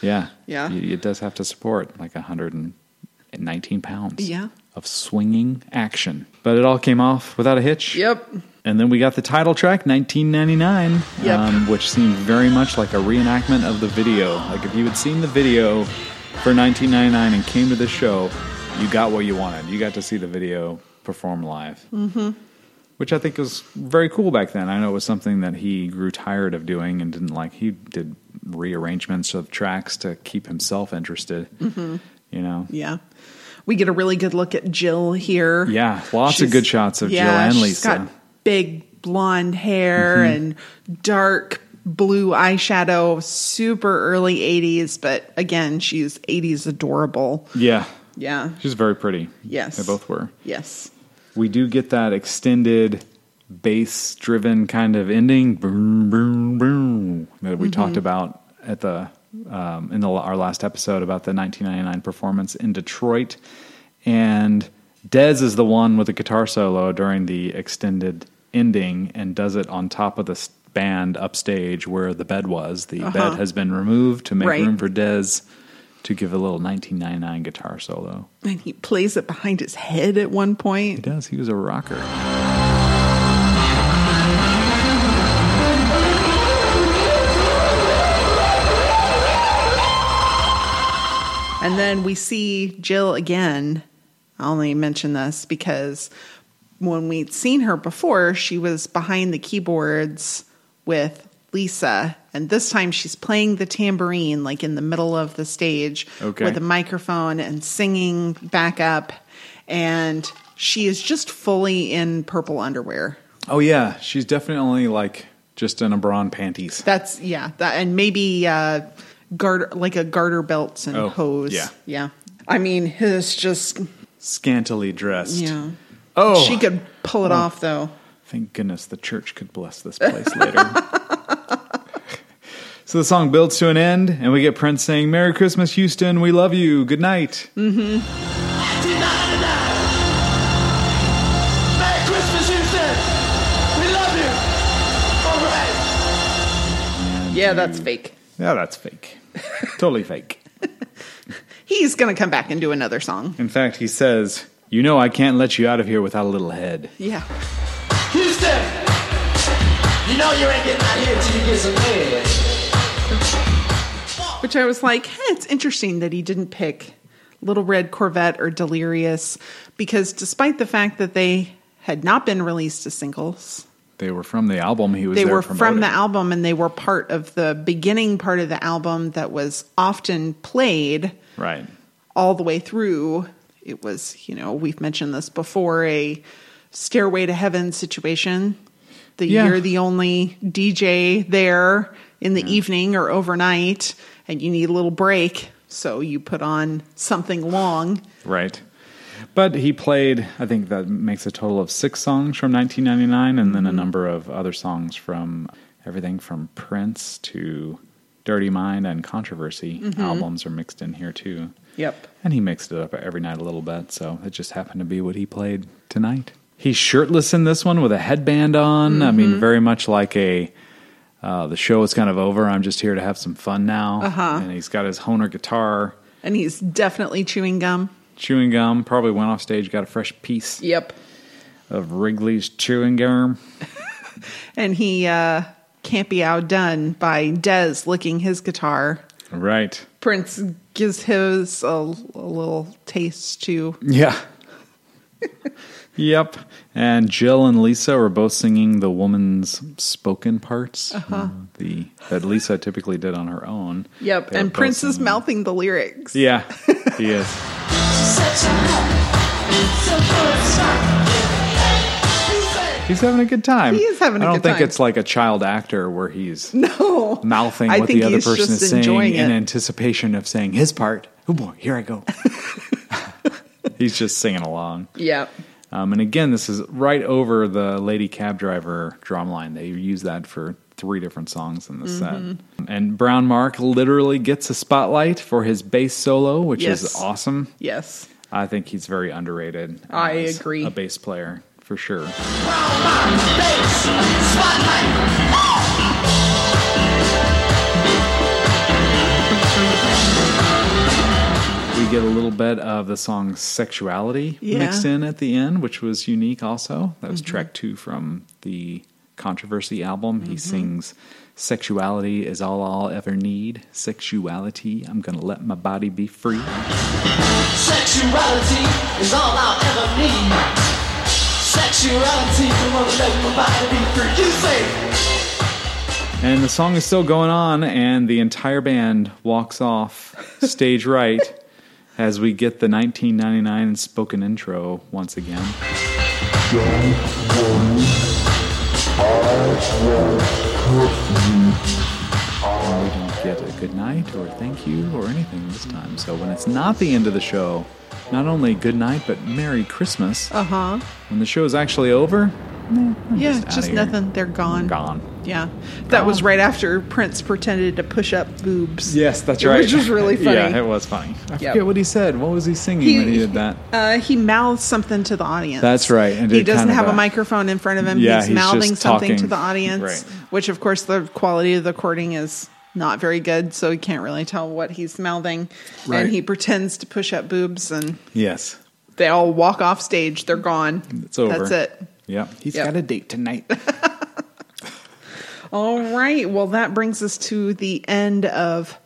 S2: yeah,
S1: Yeah.
S2: Y- It does have to support like 119 pounds.
S1: Yeah.
S2: of swinging action, but it all came off without a hitch.
S1: Yep.
S2: And then we got the title track, 1999,
S1: Yep.
S2: which seemed very much like a reenactment of the video. Like if you had seen the video for 1999 and came to the show, you got what you wanted. You got to see the video perform live, mm-hmm. which I think was very cool back then. I know it was something that he grew tired of doing and didn't like. He did rearrangements of tracks to keep himself interested. Mm-hmm. You know,
S1: Yeah. We get a really good look at Jill here.
S2: Yeah, lots of good shots of Jill and
S1: She's
S2: Lisa. Mm-hmm.
S1: got big blonde hair and dark blue eyeshadow, super early 80s, but again, she's 80s adorable.
S2: yeah,
S1: Yeah.
S2: she's very pretty.
S1: Yes.
S2: they both were.
S1: Yes.
S2: we do get that extended bass driven kind of ending boom boom boom that we talked about at the um, in the, our last episode about the 1999 performance in Detroit and Dez is the one with the guitar solo during the extended ending and does it on top of the s- band upstage where the bed was the bed has been removed to make
S1: Right.
S2: room for Dez to give a little 1999 guitar solo
S1: And he plays it behind his head at one point.
S2: he does he was a rocker
S3: Thank
S1: And then we see Jill again. I only mention this because when we'd seen her before, she was behind the keyboards with Lisa. And this time she's playing the tambourine, like in the middle of the stage
S2: Okay.
S1: with a microphone and singing back up. And she is just fully in purple underwear.
S2: Oh yeah, she's definitely like just in a bra and panties.
S1: That's yeah, that and maybe uh garter like a garter belts and
S2: Oh,
S1: hose.
S2: yeah.
S1: Yeah. I mean, his just
S2: Scantily dressed.
S1: yeah.
S2: Oh,
S1: She could pull it off though.
S2: Thank goodness the church could bless this place later. *laughs* so the song builds to an end, and we get Prince saying, Merry Christmas, Houston. We love you. Good night.
S3: Merry Christmas, Houston. We love you. All right.
S1: Yeah, that's fake.
S2: Yeah, that's
S1: *laughs*
S2: fake. totally fake.
S1: He's going to come back and do another song.
S2: In fact, he says, You know, I can't let you out of here without a little head.
S1: Yeah.
S3: Houston, you know you ain't getting out here till you get some head.
S1: Which I was like, hey, it's interesting that he didn't pick Little Red Corvette or Delirious because despite the fact that they had not been released as singles,
S2: They were from the album he was
S1: they
S2: there
S1: were from
S2: promoting.
S1: the album and they were part of the beginning part of the album that was often played
S2: Right.
S1: all the way through. It was, you know, we've mentioned this before a stairway to heaven situation. The
S2: Yeah.
S1: you're the only DJ there in the evening or overnight and you need a little break, so you put on something long.
S2: Right. But he played, I think that makes a total of six songs from 1999 and then a number of other songs from everything from Prince to Dirty Mind and Controversy albums are mixed in here too.
S1: Yep.
S2: And he mixed it up every night a little bit, so it just happened to be what he played tonight. He's shirtless in this one with a headband on. I mean, very much like a uh, the show is kind of over. I'm just here to have some fun now. Uh-huh. And he's got his Honer guitar
S1: And he's definitely chewing gum.
S2: chewing gum. Probably went off stage, got a fresh piece
S1: Yep.
S2: of Wrigley's chewing gum.
S1: And he uh, can't be outdone by Dez licking his guitar.
S2: Right.
S1: Prince gives his a, a little taste too.
S2: Yeah. *laughs* yep. And Jill and Lisa were both singing the woman's spoken parts,
S1: Uh-huh.
S2: uh, the that Lisa typically did on her own.
S1: Yep.
S2: They were
S1: and
S2: both
S1: Prince is
S2: singing-
S1: mouthing the lyrics. *laughs*
S2: Yeah, he is.
S5: Such a so full of spark.
S2: He's having a good time.
S1: He is having a
S2: I don't
S1: good
S2: think
S1: time.
S2: it's like a child actor where he's
S1: No.
S2: mouthing
S1: I
S2: what
S1: think
S2: the other
S1: he's
S2: person
S1: just
S2: is saying
S1: enjoying
S2: in
S1: it.
S2: anticipation of saying his part. Oh boy, here
S1: *laughs*
S2: I go. he's just singing along.
S1: *laughs* Yep.
S2: Um, and again, this is right over the Lady Cab Driver drum line. They use that for three different songs in the
S1: Mm-hmm.
S2: set. And Brown Mark literally gets a spotlight for his bass solo, which is
S1: Yes.
S2: awesome.
S1: Yes.
S2: I think he's very underrated.
S1: I
S2: as
S1: agree.
S2: A bass player, for sure. We get a little bit of the song Sexuality
S1: Yeah. Mm-hmm.
S2: mixed in at the end, which was unique also. That was track two from the Controversy album.
S1: Mm-hmm.
S2: He sings, Sexuality is all I'll ever need. Sexuality, I'm going to let my body be free.
S3: Sexuality is all I'll ever need. Sexuality, you wanna let my body be free. You say.
S2: And the song is still going on, and the entire band walks off stage right as we get the 1999 spoken intro once again. And we don't get a good night or thank you or anything this time. So when it's not the end of the show, not only good night but Merry Christmas.
S1: Uh huh.
S2: When the show's actually over, nah, I'm
S1: Yeah.
S2: just,
S1: Just,
S2: outta here.
S1: nothing. They're gone.
S2: Gone.
S1: Yeah. That was right after Prince pretended to push up boobs.
S2: Yes, that's
S1: It
S2: right.
S1: was just
S2: *laughs*
S1: really funny.
S2: Yeah, it was funny. I
S1: Yep.
S2: forget what he said. What was he singing when he did that?
S1: *laughs* Uh, he mouths something to the audience.
S2: That's right, and
S1: he
S2: did
S1: doesn't
S2: kind of
S1: have a,
S2: a-
S1: microphone in front of him.
S2: Yeah,
S1: he's,
S2: he's just
S1: mouthing something to
S2: talking.
S1: the audience,
S2: Right.
S1: which, of course, the quality of the recording is not very good, so he can't really tell what he's mouthing.
S2: Right.
S1: And he pretends to push up boobs, and
S2: Yes,
S1: they all walk off stage. They're gone.
S2: it's over.
S1: That's it.
S2: Yep. he's
S1: Yep.
S2: got a date tonight.
S1: All right. Well, that brings us to the end of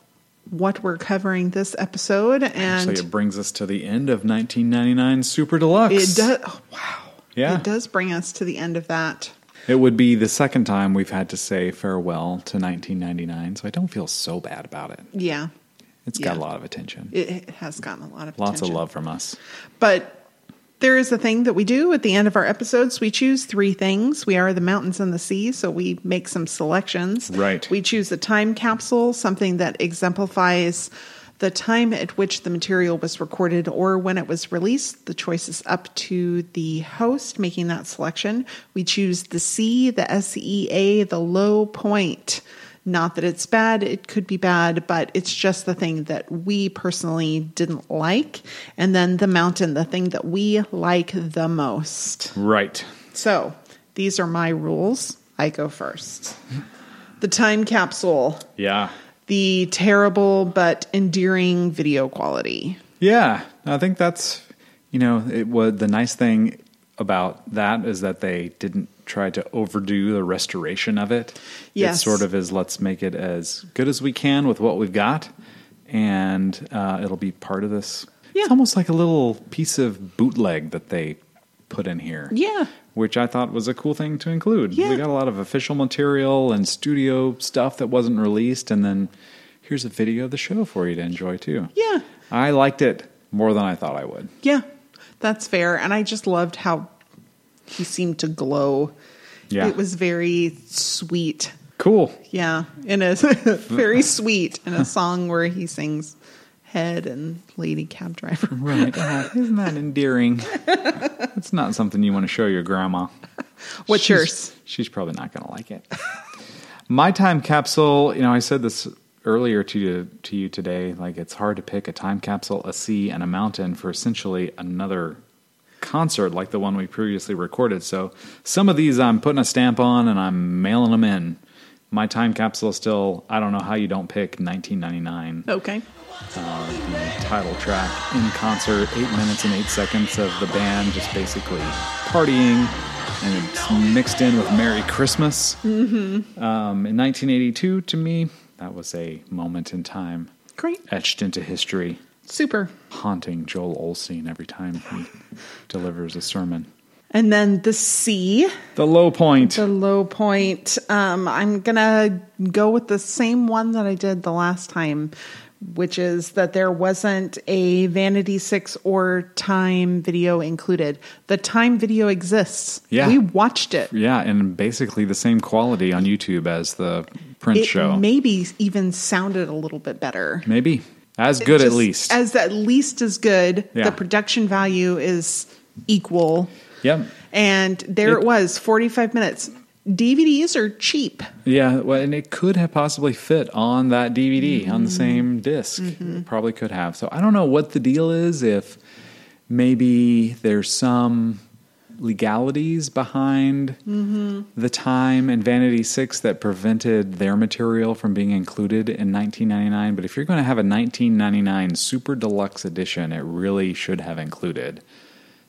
S1: what we're covering this episode. *laughs* And
S2: Actually, it brings us to the end of 1999 Super Deluxe.
S1: it does. Oh, wow.
S2: Yeah.
S1: It does bring us to the end of that.
S2: It would be the second time we've had to say farewell to 1999, so I don't feel so bad about it.
S1: Yeah.
S2: It's got
S1: Yeah.
S2: a lot of attention,
S1: It it has gotten a lot of
S2: lots
S1: attention.
S2: of love from us.
S1: But there is a thing that we do at the end of our episodes. We choose three things. We are the mountains and the sea, so we make some selections.
S2: Right.
S1: We choose a time capsule, something that exemplifies the time at which the material was recorded or when it was released. The choice is up to the host making that selection. We choose the sea, the S E A, the low point. Not that it's bad, it could be bad, but it's just the thing that we personally didn't like. And then the mountain, the thing that we like the most.
S2: Right.
S1: So these are my rules. I go first. The time capsule,
S2: Yeah.
S1: the terrible but endearing video quality.
S2: Yeah. I think that's, you know, it was the nice thing about that is that they didn't try to overdo the restoration of it.
S1: Yes.
S2: It sort of is let's make it as good as we can with what we've got, and uh, it'll be part of this.
S1: Yeah.
S2: It's almost like a little piece of bootleg that they put in here.
S1: Yeah.
S2: Which I thought was a cool thing to include.
S1: Yeah.
S2: We got a lot of official material and studio stuff that wasn't released, and then here's a video of the show for you to enjoy too.
S1: Yeah.
S2: I liked it more than I thought I would.
S1: Yeah, that's fair. And I just loved how he seemed to glow.
S2: Yeah.
S1: It was very sweet.
S2: Cool.
S1: Yeah, in a *laughs* very sweet in a song where he sings head and lady cab driver. *laughs*
S2: Right. Uh, isn't that endearing? it's not something you want to show your grandma.
S1: What's
S2: She's-
S1: yours?
S2: She's probably not going to like it. My time capsule, you know, I said this earlier to you, to you today, like it's hard to pick a time capsule, a sea, and a mountain for essentially another concert like the one we previously recorded. So some of these I'm putting a stamp on and I'm mailing them in. My time capsule is still, I don't know how you don't pick 1999
S1: Okay.
S2: title track in concert, eight minutes and eight seconds of the band just basically partying, and it's mixed in with "Merry Christmas." Mm-hmm. Um, in 1982, to me, that was a moment in time
S1: Great.
S2: etched into history,
S1: Super.
S2: haunting Joel Olstein every time he
S1: *laughs*
S2: delivers a sermon.
S1: And then the C.
S2: The low point.
S1: The low point. Um, I'm gonna go with the same one that I did the last time, which is that there wasn't a Vanity Six or Time video included. The Time video exists.
S2: Yeah.
S1: we watched it.
S2: yeah, and basically the same quality on YouTube as the print
S1: It
S2: show.
S1: maybe even sounded a little bit better.
S2: Maybe as good at
S1: Just
S2: least.
S1: as at least as good.
S2: Yeah.
S1: The production value is equal,
S2: yep.
S1: and there
S2: It-
S1: it was. Forty five minutes. DVDs are cheap.
S2: Yeah, well, and it could have possibly fit on that DVD on the same disk It Probably could have. So I don't know what the deal is. If maybe there's some legalities behind the time and Vanity Six that prevented their material from being included in 1999. But if you're going to have a 1999 super deluxe edition, it really should have included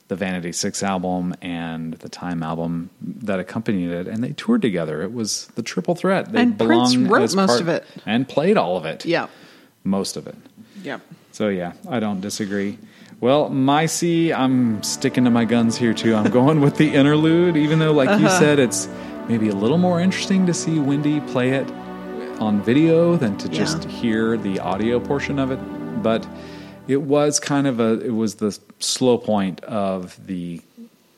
S2: the Vanity Six album and the Time album that accompanied it, and they toured together. It was the triple threat. They
S1: And Prince
S2: belong
S1: wrote
S2: as
S1: most of it.
S2: and played all of it.
S1: Yeah.
S2: most of it.
S1: Yep.
S2: So yeah, I don't disagree. Well, my C, I'm sticking to my guns here too. I'm going with the interlude, even though, like
S1: Uh-huh.
S2: you said, it's maybe a little more interesting to see Wendy play it on video than to just
S1: Yeah.
S2: hear the audio portion of it. But it was kind of a, it was the slow point of the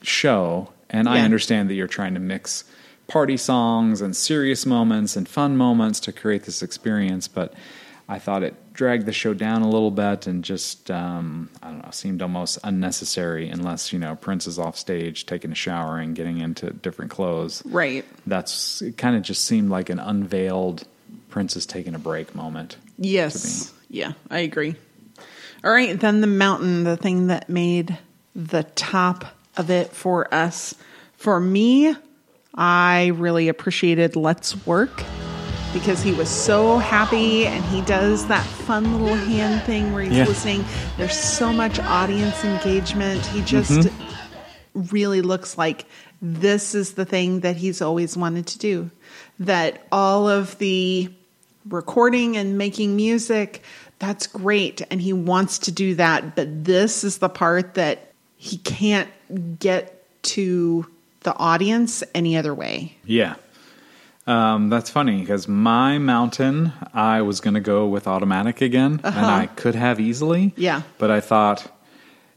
S2: show, and I
S1: Yeah.
S2: understand that you're trying to mix party songs and serious moments and fun moments to create this experience, but I thought it dragged the show down a little bit and just um, I don't know seemed almost unnecessary unless you know Prince is off stage taking a shower and getting into different clothes.
S1: Right.
S2: That's it. Kind of just seemed like an unveiled Prince is taking a break moment.
S1: Yes. Yeah, I agree. All right, then the mountain, the thing that made the top of it for us. For me, I really appreciated Let's Work because he was so happy and he does that fun little hand thing where he's
S2: Yeah.
S1: listening. There's so much audience engagement. He just really looks like this is the thing that he's always wanted to do. That all of the recording and making music. That's great. And he wants to do that. But this is the part that he can't get to the audience any other way.
S2: Yeah. Um, that's funny because my mountain, I was going to go with automatic again, and I could have easily.
S1: Uh-huh. Yeah.
S2: But I thought,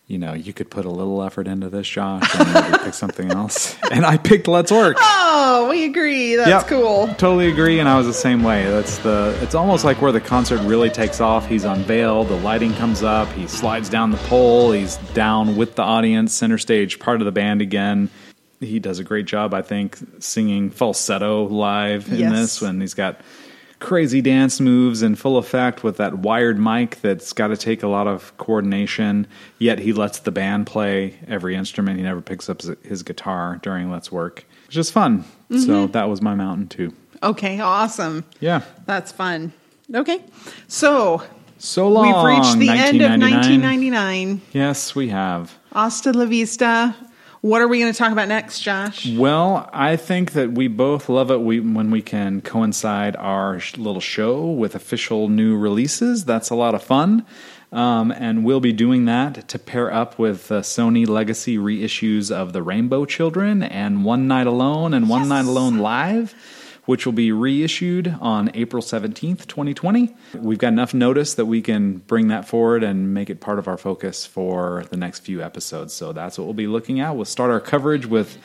S2: you know, you could put a little effort into this, Josh, and maybe pick something else. *laughs* And I picked Let's Work.
S1: Oh, we agree. That's
S2: Yep.
S1: cool.
S2: Totally agree, and I was the same way. That's the. It's almost like where the concert really takes off. He's unveiled, the lighting comes up, he slides down the pole, he's down with the audience, center stage, part of the band again. He does a great job, I think, singing falsetto live in
S1: Yes.
S2: this, and he's got crazy dance moves in full effect with that wired mic that's got to take a lot of coordination. Yet he lets the band play every instrument. He never picks up his- his guitar during Let's Work. It's just fun. So that was my mountain too.
S1: Okay, awesome.
S2: Yeah.
S1: That's fun. Okay. So
S2: So long.
S1: we've reached the end of
S2: 1999.
S1: 1999.
S2: Yes, we have.
S1: Hasta la vista. What are we going to talk about next, Josh?
S2: Mm. Well, I think that we both love it we, when we can coincide our sh- little show with official new releases. That's a lot of fun. Um, and we'll be doing that to pair up with uh, Sony Legacy reissues of The Rainbow Children and One Night Alone and One Night Alone Live, which will be reissued on April 17th, 2020. We've got enough notice that we can bring that forward and make it part of our focus for the next few episodes. So that's what we'll be looking at. We'll start our coverage with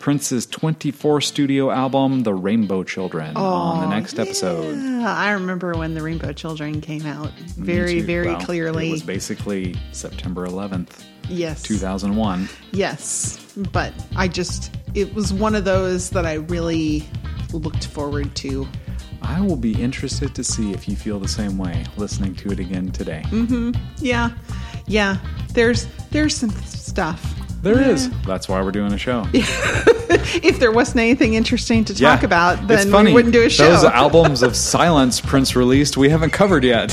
S2: Prince's 24 studio album, The Rainbow Children, on the next episode.
S1: Uh, I remember when the Rainbow Children came out very,
S2: Too.
S1: very
S2: Well,
S1: clearly.
S2: It was basically September 11th,
S1: yes.
S2: 2001.
S1: Yes. But I just, it was one of those that I really looked forward to.
S2: I will be interested to see if you feel the same way listening to it again today.
S1: Mm, Yeah. Yeah. There's, there's some stuff.
S2: There is. That's why we're doing a show.
S1: If there wasn't anything interesting to talk
S2: Yeah.
S1: about,
S2: It's
S1: then
S2: funny.
S1: we wouldn't do a show.
S2: Those
S1: *laughs*
S2: albums of silence Prince released, we haven't covered yet.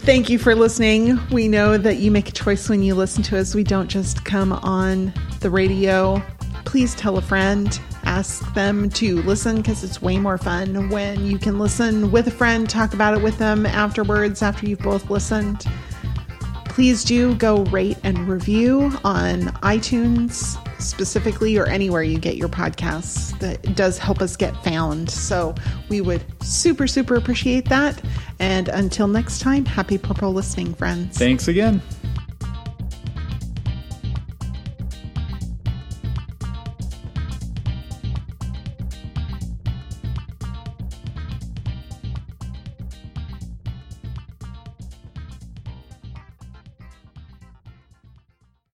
S1: Thank you for listening. We know that you make a choice when you listen to us. We don't just come on the radio. Please tell a friend, ask them to listen because it's way more fun when you can listen with a friend, talk about it with them afterwards after you've both listened. Please do go rate and review on iTunes specifically or anywhere you get your podcasts. That does help us get found. So we would super, super appreciate that. And until next time, happy purple listening, friends.
S2: Thanks again.